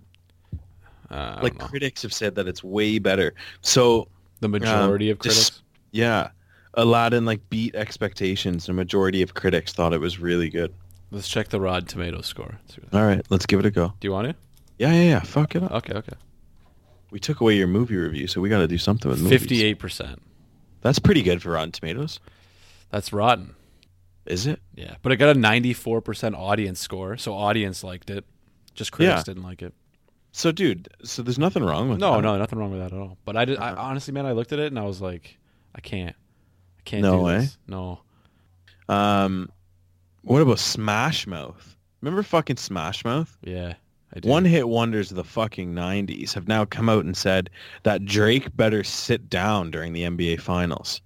Speaker 1: I don't
Speaker 2: Like
Speaker 1: know.
Speaker 2: critics have said that it's way better. So
Speaker 1: the majority of critics.
Speaker 2: just- yeah, Aladdin like beat expectations. The majority of critics thought it was really good.
Speaker 1: Let's check the Rod Tomato score. Let's see what-
Speaker 2: All right, let's give it a go.
Speaker 1: Do you want it?
Speaker 2: Yeah, yeah, yeah. Fuck it up.
Speaker 1: Okay, okay.
Speaker 2: We took away your movie review, so we got to do something with movies.
Speaker 1: Fifty-eight percent.
Speaker 2: That's pretty good for Rotten Tomatoes,
Speaker 1: That's rotten.
Speaker 2: is it?
Speaker 1: Yeah, but it got a ninety-four percent audience score, so audience liked it. Just critics
Speaker 2: Yeah.
Speaker 1: didn't like it.
Speaker 2: So, dude, so there's nothing wrong with
Speaker 1: No,
Speaker 2: that.
Speaker 1: no, nothing wrong with that at all. But I, did, I
Speaker 2: Uh-huh.
Speaker 1: honestly, man, I looked at it and I was like, I can't, I can't
Speaker 2: No
Speaker 1: do
Speaker 2: way.
Speaker 1: this. No,
Speaker 2: Um, what about Smash Mouth? Remember fucking Smash Mouth?
Speaker 1: yeah, I do.
Speaker 2: One hit wonders of the fucking 90s have now come out and said that Drake better sit down during the NBA finals.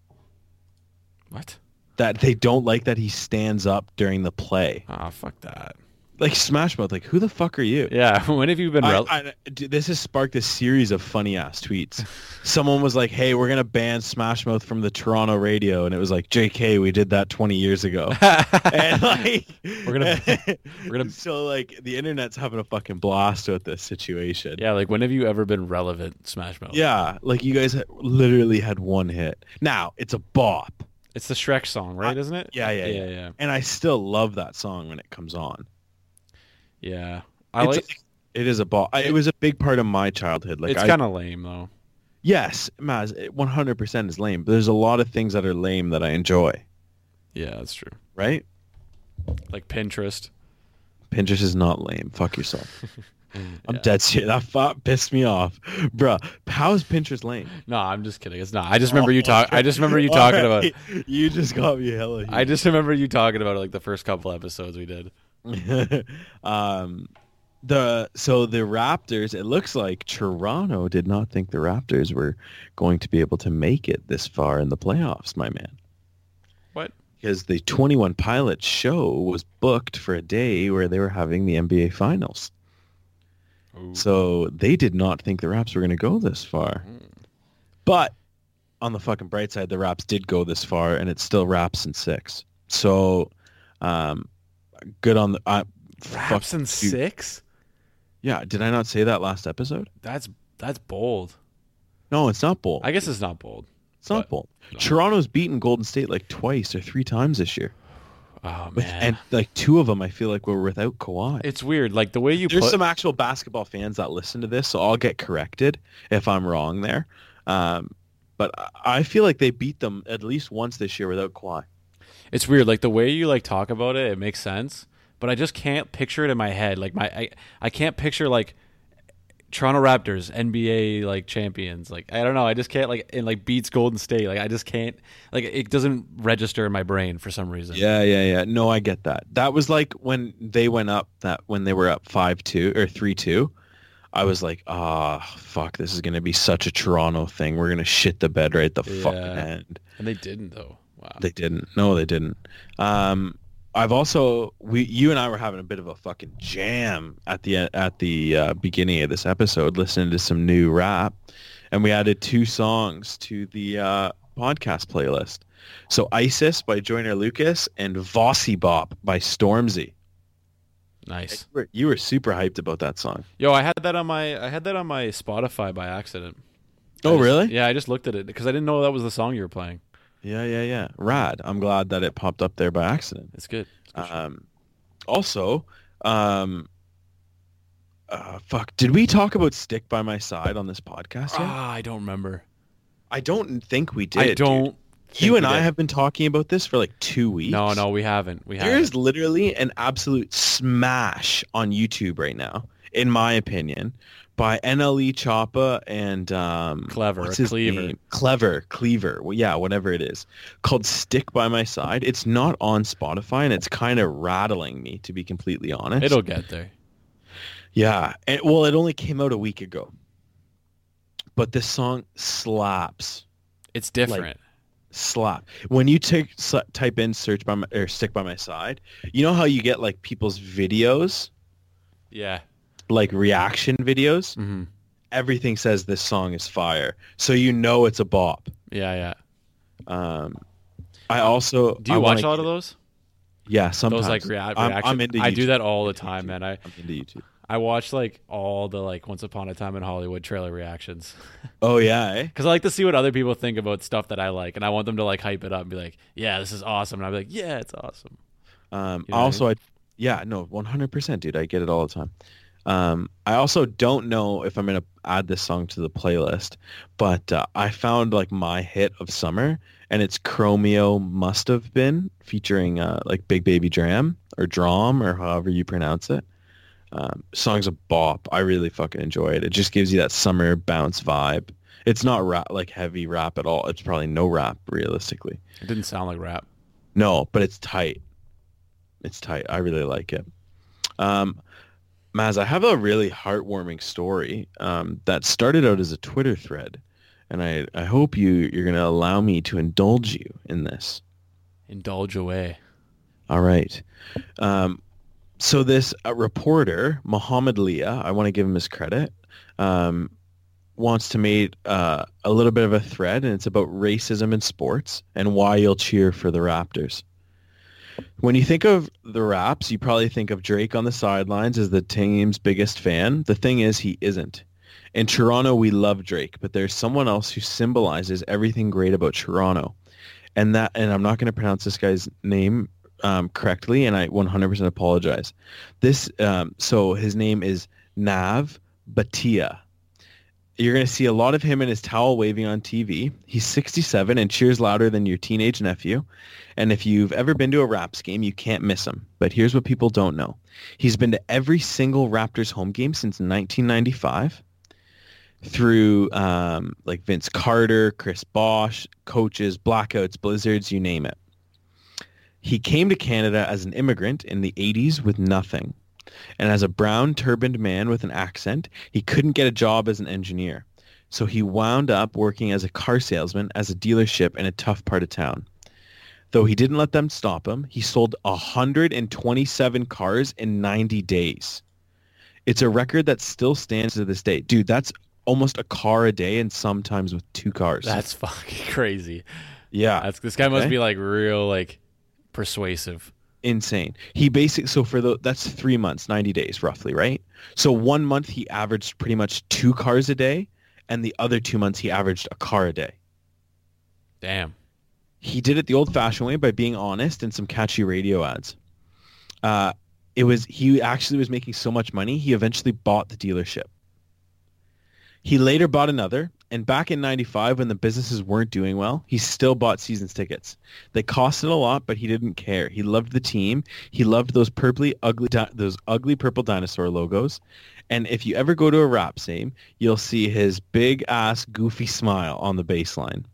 Speaker 1: What?
Speaker 2: That they don't like that he stands up during the play.
Speaker 1: Ah, fuck that.
Speaker 2: Like Smash Mouth, like who the fuck are you?
Speaker 1: Yeah. When have you been?
Speaker 2: I-
Speaker 1: Rel-
Speaker 2: I- dude, this has sparked a series of funny ass tweets. Someone was like, "Hey, we're gonna ban Smash Mouth from the Toronto radio," and it was like, "J.K., we did that 20 years ago." and like,
Speaker 1: We're gonna- we're gonna-
Speaker 2: So like, the internet's having a fucking blast with this situation.
Speaker 1: yeah. Like when have you ever been relevant? Smash Mouth.
Speaker 2: Yeah, like you guys had- literally had one hit. Now it's a bop,
Speaker 1: It's the Shrek song, right? Isn't it?
Speaker 2: yeah, yeah,
Speaker 1: Yeah.
Speaker 2: yeah.
Speaker 1: Yeah.
Speaker 2: and I still love that song when it comes on.
Speaker 1: Yeah. I
Speaker 2: It's-
Speaker 1: like.
Speaker 2: It is a bop. I, it was a big part of my childhood. Like
Speaker 1: it's
Speaker 2: I
Speaker 1: kind of lame though.
Speaker 2: Yes, Maz, it 100% is lame, but there's a lot of things that are lame that I enjoy,
Speaker 1: Yeah, that's true.
Speaker 2: right?
Speaker 1: Like Pinterest.
Speaker 2: Pinterest is not lame. Fuck yourself. I'm
Speaker 1: Yeah.
Speaker 2: dead shit. That thought pissed me off. Bruh, how is Pinterest lame?
Speaker 1: No, I'm just kidding. It's not. I just remember you
Speaker 2: Oh,
Speaker 1: talk. I just remember you talking about. it.
Speaker 2: Alright, You just got me hella.
Speaker 1: I just remember you talking about it like the first couple episodes we did.
Speaker 2: um, the so the Raptors. It looks like Toronto did not think the Raptors were going to be able to make it this far in the playoffs, my man.
Speaker 1: What?
Speaker 2: Because the Twenty One Pilots show was booked for a day where they were having the NBA Finals,
Speaker 1: Ooh.
Speaker 2: so they did not think the Raps were going to go this far.
Speaker 1: Hmm.
Speaker 2: But on the fucking bright side, the Raps did go this far, and it's still Raps in six. So, um, good on the. I, fuck
Speaker 1: Raps and
Speaker 2: you.
Speaker 1: six?
Speaker 2: Yeah, did I not say that last episode?
Speaker 1: That's that's bold.
Speaker 2: No, it's not bold.
Speaker 1: I guess it's not bold.
Speaker 2: it's not
Speaker 1: but-
Speaker 2: bold.
Speaker 1: no.
Speaker 2: Toronto's beaten Golden State like twice or three times this year,
Speaker 1: Oh
Speaker 2: With-
Speaker 1: man,
Speaker 2: and like two of them I feel like were without Kawhi.
Speaker 1: it's weird. Like the way you
Speaker 2: There's
Speaker 1: put.
Speaker 2: some actual basketball fans that listen to this, so I'll get corrected if I'm wrong there. Um, but I- I feel like they beat them at least once this year without Kawhi.
Speaker 1: it's weird. Like the way you like talk about it. It makes sense, but I just can't picture it in my head. Like my I I can't picture like Toronto Raptors NBA like champions. Like I don't know. I just can't like and like beats Golden State. Like I just can't. Like it doesn't register in my brain for some reason.
Speaker 2: Yeah, yeah, yeah. No, I get that. That was like when they went up that when they were up five two or three two. I was like, ah, fuck, this is gonna be such a Toronto thing. We're gonna shit the bed right at the fucking
Speaker 1: Yeah.
Speaker 2: end.
Speaker 1: And they didn't though. Wow.
Speaker 2: They didn't. No, they didn't. Um, I've also we you and I were having a bit of a fucking jam at the at the uh, beginning of this episode, listening to some new rap, and we added two songs to the uh, podcast playlist. So Isis by Joyner Lucas and Vossy Bop by Stormzy.
Speaker 1: nice.
Speaker 2: You were, you were super hyped about that song.
Speaker 1: Yo, I had that on my I had that on my Spotify by accident. I
Speaker 2: Oh,
Speaker 1: just-
Speaker 2: really?
Speaker 1: Yeah, I just looked at it because I didn't know that was the song you were playing.
Speaker 2: Yeah, yeah, yeah. Rad. I'm glad that it popped up there by accident.
Speaker 1: It's good. It's good shit.
Speaker 2: Um, also, um, uh, fuck, did we talk about "Stick by My Side" on this podcast? Yet?
Speaker 1: Ah, I don't remember.
Speaker 2: Uh, I don't think we did.
Speaker 1: I
Speaker 2: dude.
Speaker 1: don't. think
Speaker 2: You and
Speaker 1: we
Speaker 2: I
Speaker 1: did.
Speaker 2: have been talking about this for like two weeks.
Speaker 1: No, no, we haven't. We
Speaker 2: There
Speaker 1: haven't.
Speaker 2: is literally an absolute smash on YouTube right now, in my opinion, by NLE Choppa and um,
Speaker 1: Clever,
Speaker 2: what's his
Speaker 1: Cleaver.
Speaker 2: name? Clever, Cleaver. Well, yeah, whatever it is, called "Stick by My Side." It's not on Spotify, and it's kind of rattling me, to be completely honest.
Speaker 1: It'll get there.
Speaker 2: Yeah. And, well, it only came out a week ago. But this song slaps.
Speaker 1: It's different.
Speaker 2: Slap. When you take, s type in search by my, or stick by my side, you know how you get like people's videos,
Speaker 1: yeah.
Speaker 2: like reaction videos?
Speaker 1: hmm
Speaker 2: Everything says this song is fire. So you know it's a bop.
Speaker 1: Yeah, yeah.
Speaker 2: Um, I also.
Speaker 1: Do you
Speaker 2: I
Speaker 1: watch a
Speaker 2: wanna
Speaker 1: lot of
Speaker 2: get-
Speaker 1: those?
Speaker 2: Yeah, sometimes.
Speaker 1: Those like rea-
Speaker 2: I'm-
Speaker 1: reaction.
Speaker 2: I'm, into
Speaker 1: I do
Speaker 2: YouTube.
Speaker 1: that all the time, man. I
Speaker 2: I'm into YouTube.
Speaker 1: I watch like all the like Once Upon a Time in Hollywood trailer reactions
Speaker 2: Oh, yeah, eh?
Speaker 1: because I like to see what other people think about stuff that I like, and I want them to like hype it up and be like, "Yeah, this is awesome," and I'm like, "Yeah, it's awesome."
Speaker 2: Um,
Speaker 1: You know what I
Speaker 2: also, I, yeah, no, one hundred percent, dude. I get it all the time. Um, I also don't know if I'm gonna add this song to the playlist, but uh, I found like my hit of summer, and it's Chromeo must have been featuring uh, like Big Baby Dram or Drom or however you pronounce it. Um, song's a bop. I really fucking enjoy it. It just gives you that summer bounce vibe. It's not rap like heavy rap at all. It's probably no rap realistically.
Speaker 1: It didn't sound like rap.
Speaker 2: No, but it's tight. It's tight. I really like it. Um, Maz, I have a really heartwarming story um, that started out as a Twitter thread, and I, I hope you you're gonna allow me to indulge you in this.
Speaker 1: Indulge away.
Speaker 2: All right. Um, so this uh, reporter, Muhammad Leah, I want to give him his credit, um, wants to make uh, a little bit of a thread, and it's about racism in sports and why you'll cheer for the Raptors. When you think of the Raps, you probably think of Drake on the sidelines as the team's biggest fan. The thing is, he isn't. In Toronto, we love Drake, but there's someone else who symbolizes everything great about Toronto. And that, and I'm not going to pronounce this guy's name um, correctly, and I 100% apologize. This, um, so his name is Nav Batia. You're going to see a lot of him in his towel waving on TV. He's 67 and cheers louder than your teenage nephew. And if you've ever been to a Raps game, you can't miss him. But here's what people don't know. He's been to every single Raptors home game since 1995 through um, like Vince Carter, Chris Bosch, coaches, blackouts, blizzards, you name it. He came to Canada as an immigrant in the 80s with nothing. And as a brown turbaned man with an accent, he couldn't get a job as an engineer. So he wound up working as a car salesman as a dealership in a tough part of town. Though he didn't let them stop him, he sold 127 cars in 90 days. It's a record that still stands to this day. Dude, that's almost a car a day and sometimes with two cars.
Speaker 1: That's fucking crazy.
Speaker 2: yeah.
Speaker 1: That's, this guy must
Speaker 2: Okay.
Speaker 1: be like real like persuasive.
Speaker 2: insane. He basically so for the that's three months, ninety days roughly, right? So one month he averaged pretty much two cars a day, and the other two months he averaged a car a day.
Speaker 1: Damn.
Speaker 2: He did it the old-fashioned way by being honest and some catchy radio ads. Uh, it was he actually was making so much money he eventually bought the dealership. He later bought another, and back in '95 when the businesses weren't doing well, he still bought season's tickets. They costed a lot, but he didn't care. He loved the team. He loved those purpley ugly di- those ugly purple dinosaur logos. And if you ever go to a Raps game, you'll see his big ass goofy smile on the baseline.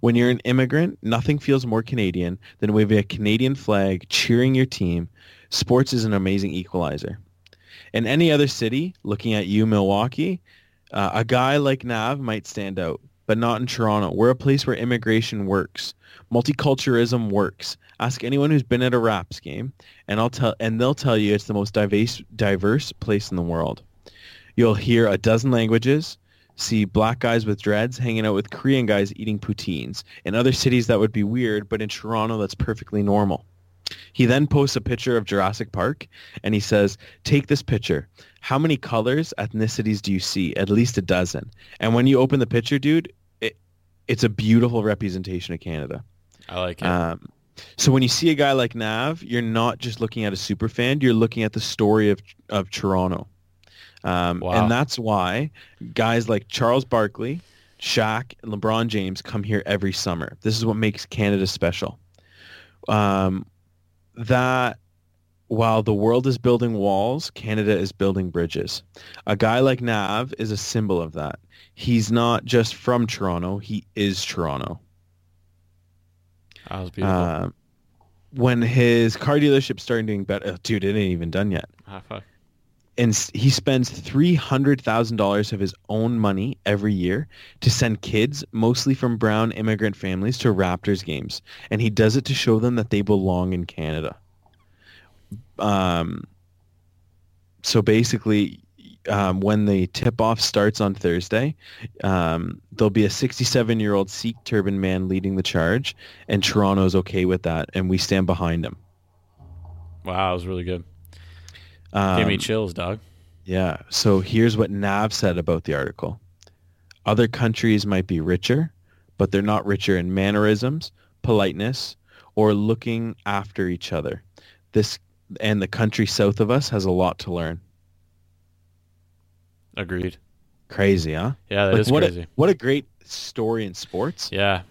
Speaker 2: When you're an immigrant, nothing feels more Canadian than waving a Canadian flag, cheering your team. Sports is an amazing equalizer. In any other city, looking at you, Milwaukee, uh, a guy like Nav might stand out, but not in Toronto. We're a place where immigration works, multiculturalism works. Ask anyone who's been at a Raps game, and I'll tell, and they'll tell you it's the most diverse, diverse place in the world. You'll hear a dozen languages, see black guys with dreads hanging out with Korean guys eating poutines. In other cities, that would be weird, but in Toronto, that's perfectly normal. He then posts a picture of Jurassic Park, and he says, take this picture. How many colors, ethnicities do you see? At least a dozen. And when you open the picture, dude, it, it's a beautiful representation of Canada.
Speaker 1: I like it.
Speaker 2: Um, so when you see a guy like Nav, you're not just looking at a super fan. You're looking at the story of of Toronto, um,
Speaker 1: Wow.
Speaker 2: and that's why guys like Charles Barkley, Shaq, and LeBron James come here every summer. This is what makes Canada special. Um, that while the world is building walls, Canada is building bridges. A guy like Nav is a symbol of that. He's not just from Toronto; he is Toronto.
Speaker 1: that was beautiful.
Speaker 2: Uh, when his car dealership started doing better, oh, dude, it ain't even done yet.
Speaker 1: ah, fuck.
Speaker 2: And s- he spends three hundred thousand dollars of his own money every year to send kids, mostly from brown immigrant families, to Raptors games, and he does it to show them that they belong in Canada. Um, so basically, um, when the tip-off starts on Thursday, um, there'll be a 67-year-old Sikh turban man leading the charge, and Toronto's okay with that, and we stand behind him.
Speaker 1: Wow, that was really good.
Speaker 2: Um,
Speaker 1: Gave me chills, dog.
Speaker 2: Yeah. So here's what Nav said about the article. Other countries might be richer, but they're not richer in mannerisms, politeness, or looking after each other. This and the country south of us has a lot to learn.
Speaker 1: Agreed.
Speaker 2: Crazy, huh?
Speaker 1: Yeah, that
Speaker 2: Like,
Speaker 1: is
Speaker 2: what
Speaker 1: crazy.
Speaker 2: A, what a great story in sports.
Speaker 1: yeah.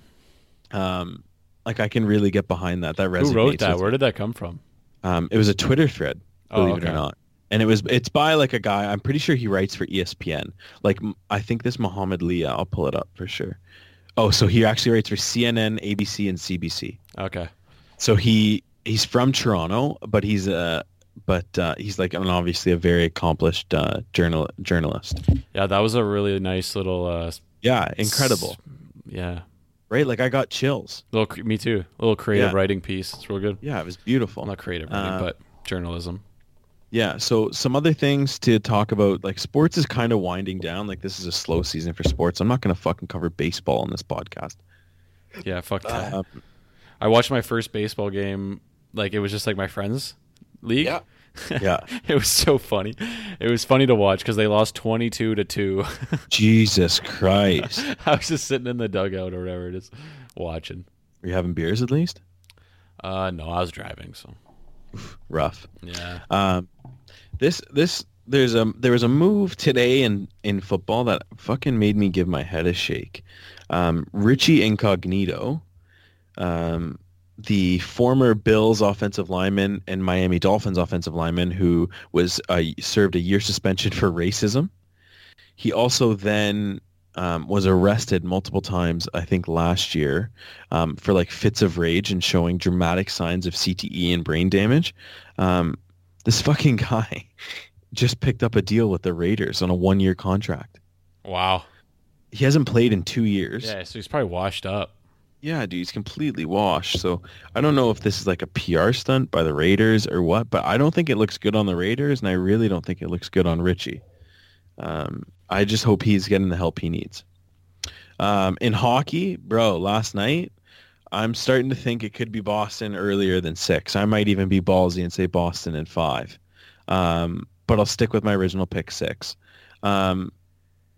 Speaker 2: Um, like I can really get behind that. That resonates.
Speaker 1: Who wrote that?
Speaker 2: with-
Speaker 1: Where did that come from?
Speaker 2: Um, it was a Twitter thread.
Speaker 1: Oh,
Speaker 2: believe it
Speaker 1: okay.
Speaker 2: or not. And it was it's by like a guy. I'm pretty sure he writes for E ESPN. Like m- I think this Muhammad Leah. I'll pull it up for sure. Oh, so he actually writes for CNN, ABC, and CBC.
Speaker 1: Okay.
Speaker 2: So he he's from Toronto, but he's a but uh, he's like an obviously a very accomplished uh, journal journalist.
Speaker 1: Yeah, that was a really nice little. Uh, s-
Speaker 2: Yeah, incredible,
Speaker 1: yeah,
Speaker 2: right? Like I got chills.
Speaker 1: little. cr- Me too. little creative
Speaker 2: Yeah.
Speaker 1: writing piece. It's real good.
Speaker 2: Yeah, it was
Speaker 1: Well,
Speaker 2: beautiful.
Speaker 1: not creative writing,
Speaker 2: Uh,
Speaker 1: but journalism.
Speaker 2: Yeah. So some other things to talk about, like sports is kind of winding down. Like this is a slow season for sports. I'm not gonna fucking cover baseball on this podcast.
Speaker 1: Yeah, fuck that.
Speaker 2: Um,
Speaker 1: I watched my first baseball game. Like it was just like my friends' league.
Speaker 2: Yeah. yeah.
Speaker 1: It was so funny. It was funny to watch because they lost twenty-two to two.
Speaker 2: Jesus Christ.
Speaker 1: I was just sitting in the dugout or whatever, just watching.
Speaker 2: Were you having beers at least?
Speaker 1: Uh, no, I was driving, so
Speaker 2: Rough.
Speaker 1: yeah.
Speaker 2: Um, this this there's a there was a move today in in football that fucking made me give my head a shake. Um, Richie Incognito, um, the former Bills offensive lineman and Miami Dolphins offensive lineman who was uh, served a year suspension for racism. He also then um, was arrested multiple times, I think last year, um, for like fits of rage and showing dramatic signs of CTE and brain damage. Um, this fucking guy just picked up a deal with the Raiders on a one-year contract.
Speaker 1: Wow.
Speaker 2: He hasn't played in two years.
Speaker 1: Yeah, so he's probably washed up.
Speaker 2: Yeah, dude, he's completely washed. So I don't know if this is like a PR stunt by the Raiders or what, but I don't think it looks good on the Raiders, and I really don't think it looks good on Richie. Um, I just hope he's getting the help he needs. Um, in hockey, bro, last night, I'm starting to think it could be Boston earlier than six. I might even be ballsy and say Boston in five, um, but I'll stick with my original pick six. Um,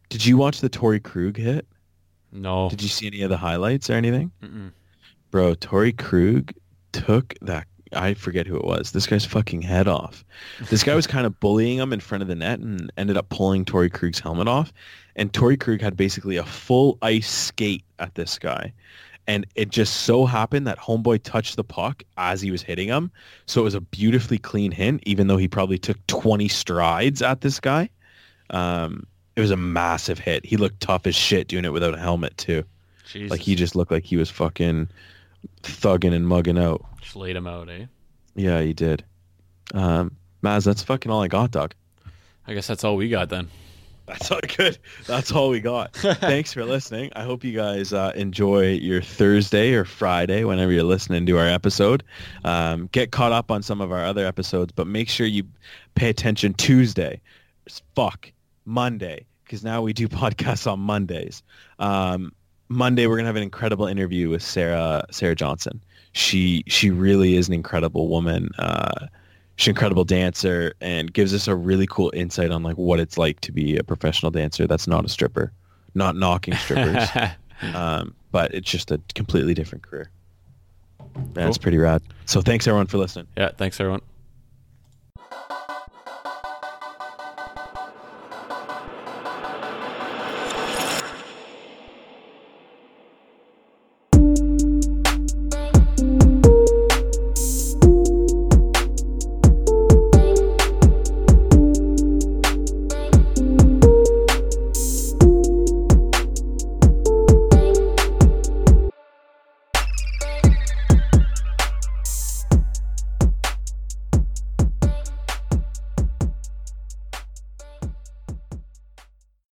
Speaker 2: did you watch the Tory Krug hit?
Speaker 1: No.
Speaker 2: Did you see any of the highlights or anything?
Speaker 1: Mm-mm.
Speaker 2: Bro, Tori Krug took that. I forget who it was. This guy's fucking head off. This guy was kind of bullying him in front of the net and ended up pulling Tori Krug's helmet off. And Tori Krug had basically a full ice skate at this guy. And it just so happened that Homeboy touched the puck as he was hitting him. So it was a beautifully clean hit, even though he probably took 20 strides at this guy. Um, it was a massive hit. He looked tough as shit doing it without a helmet, too.
Speaker 1: Jesus.
Speaker 2: Like he just looked like he was fucking thugging and mugging out.
Speaker 1: Just laid him out, eh?
Speaker 2: Yeah, he did. Um, Maz, that's fucking all I got, dog.
Speaker 1: I guess that's all we got then.
Speaker 2: That's all good. That's all we got. Thanks for listening. I hope you guys uh, enjoy your Thursday or Friday whenever you're listening to our episode. Um, get caught up on some of our other episodes, but make sure you pay attention Tuesday. It's fuck Monday because now we do podcasts on Mondays. Um, Monday we're gonna have an incredible interview with Sarah Sarah Johnson. She she really is an incredible woman. Uh, she's an incredible dancer and gives us a really cool insight on like what it's like to be a professional dancer that's not a stripper, not knocking strippers, um, but it's just a completely different career. That's
Speaker 1: Cool.
Speaker 2: pretty rad. So thanks everyone for listening.
Speaker 1: yeah, thanks everyone.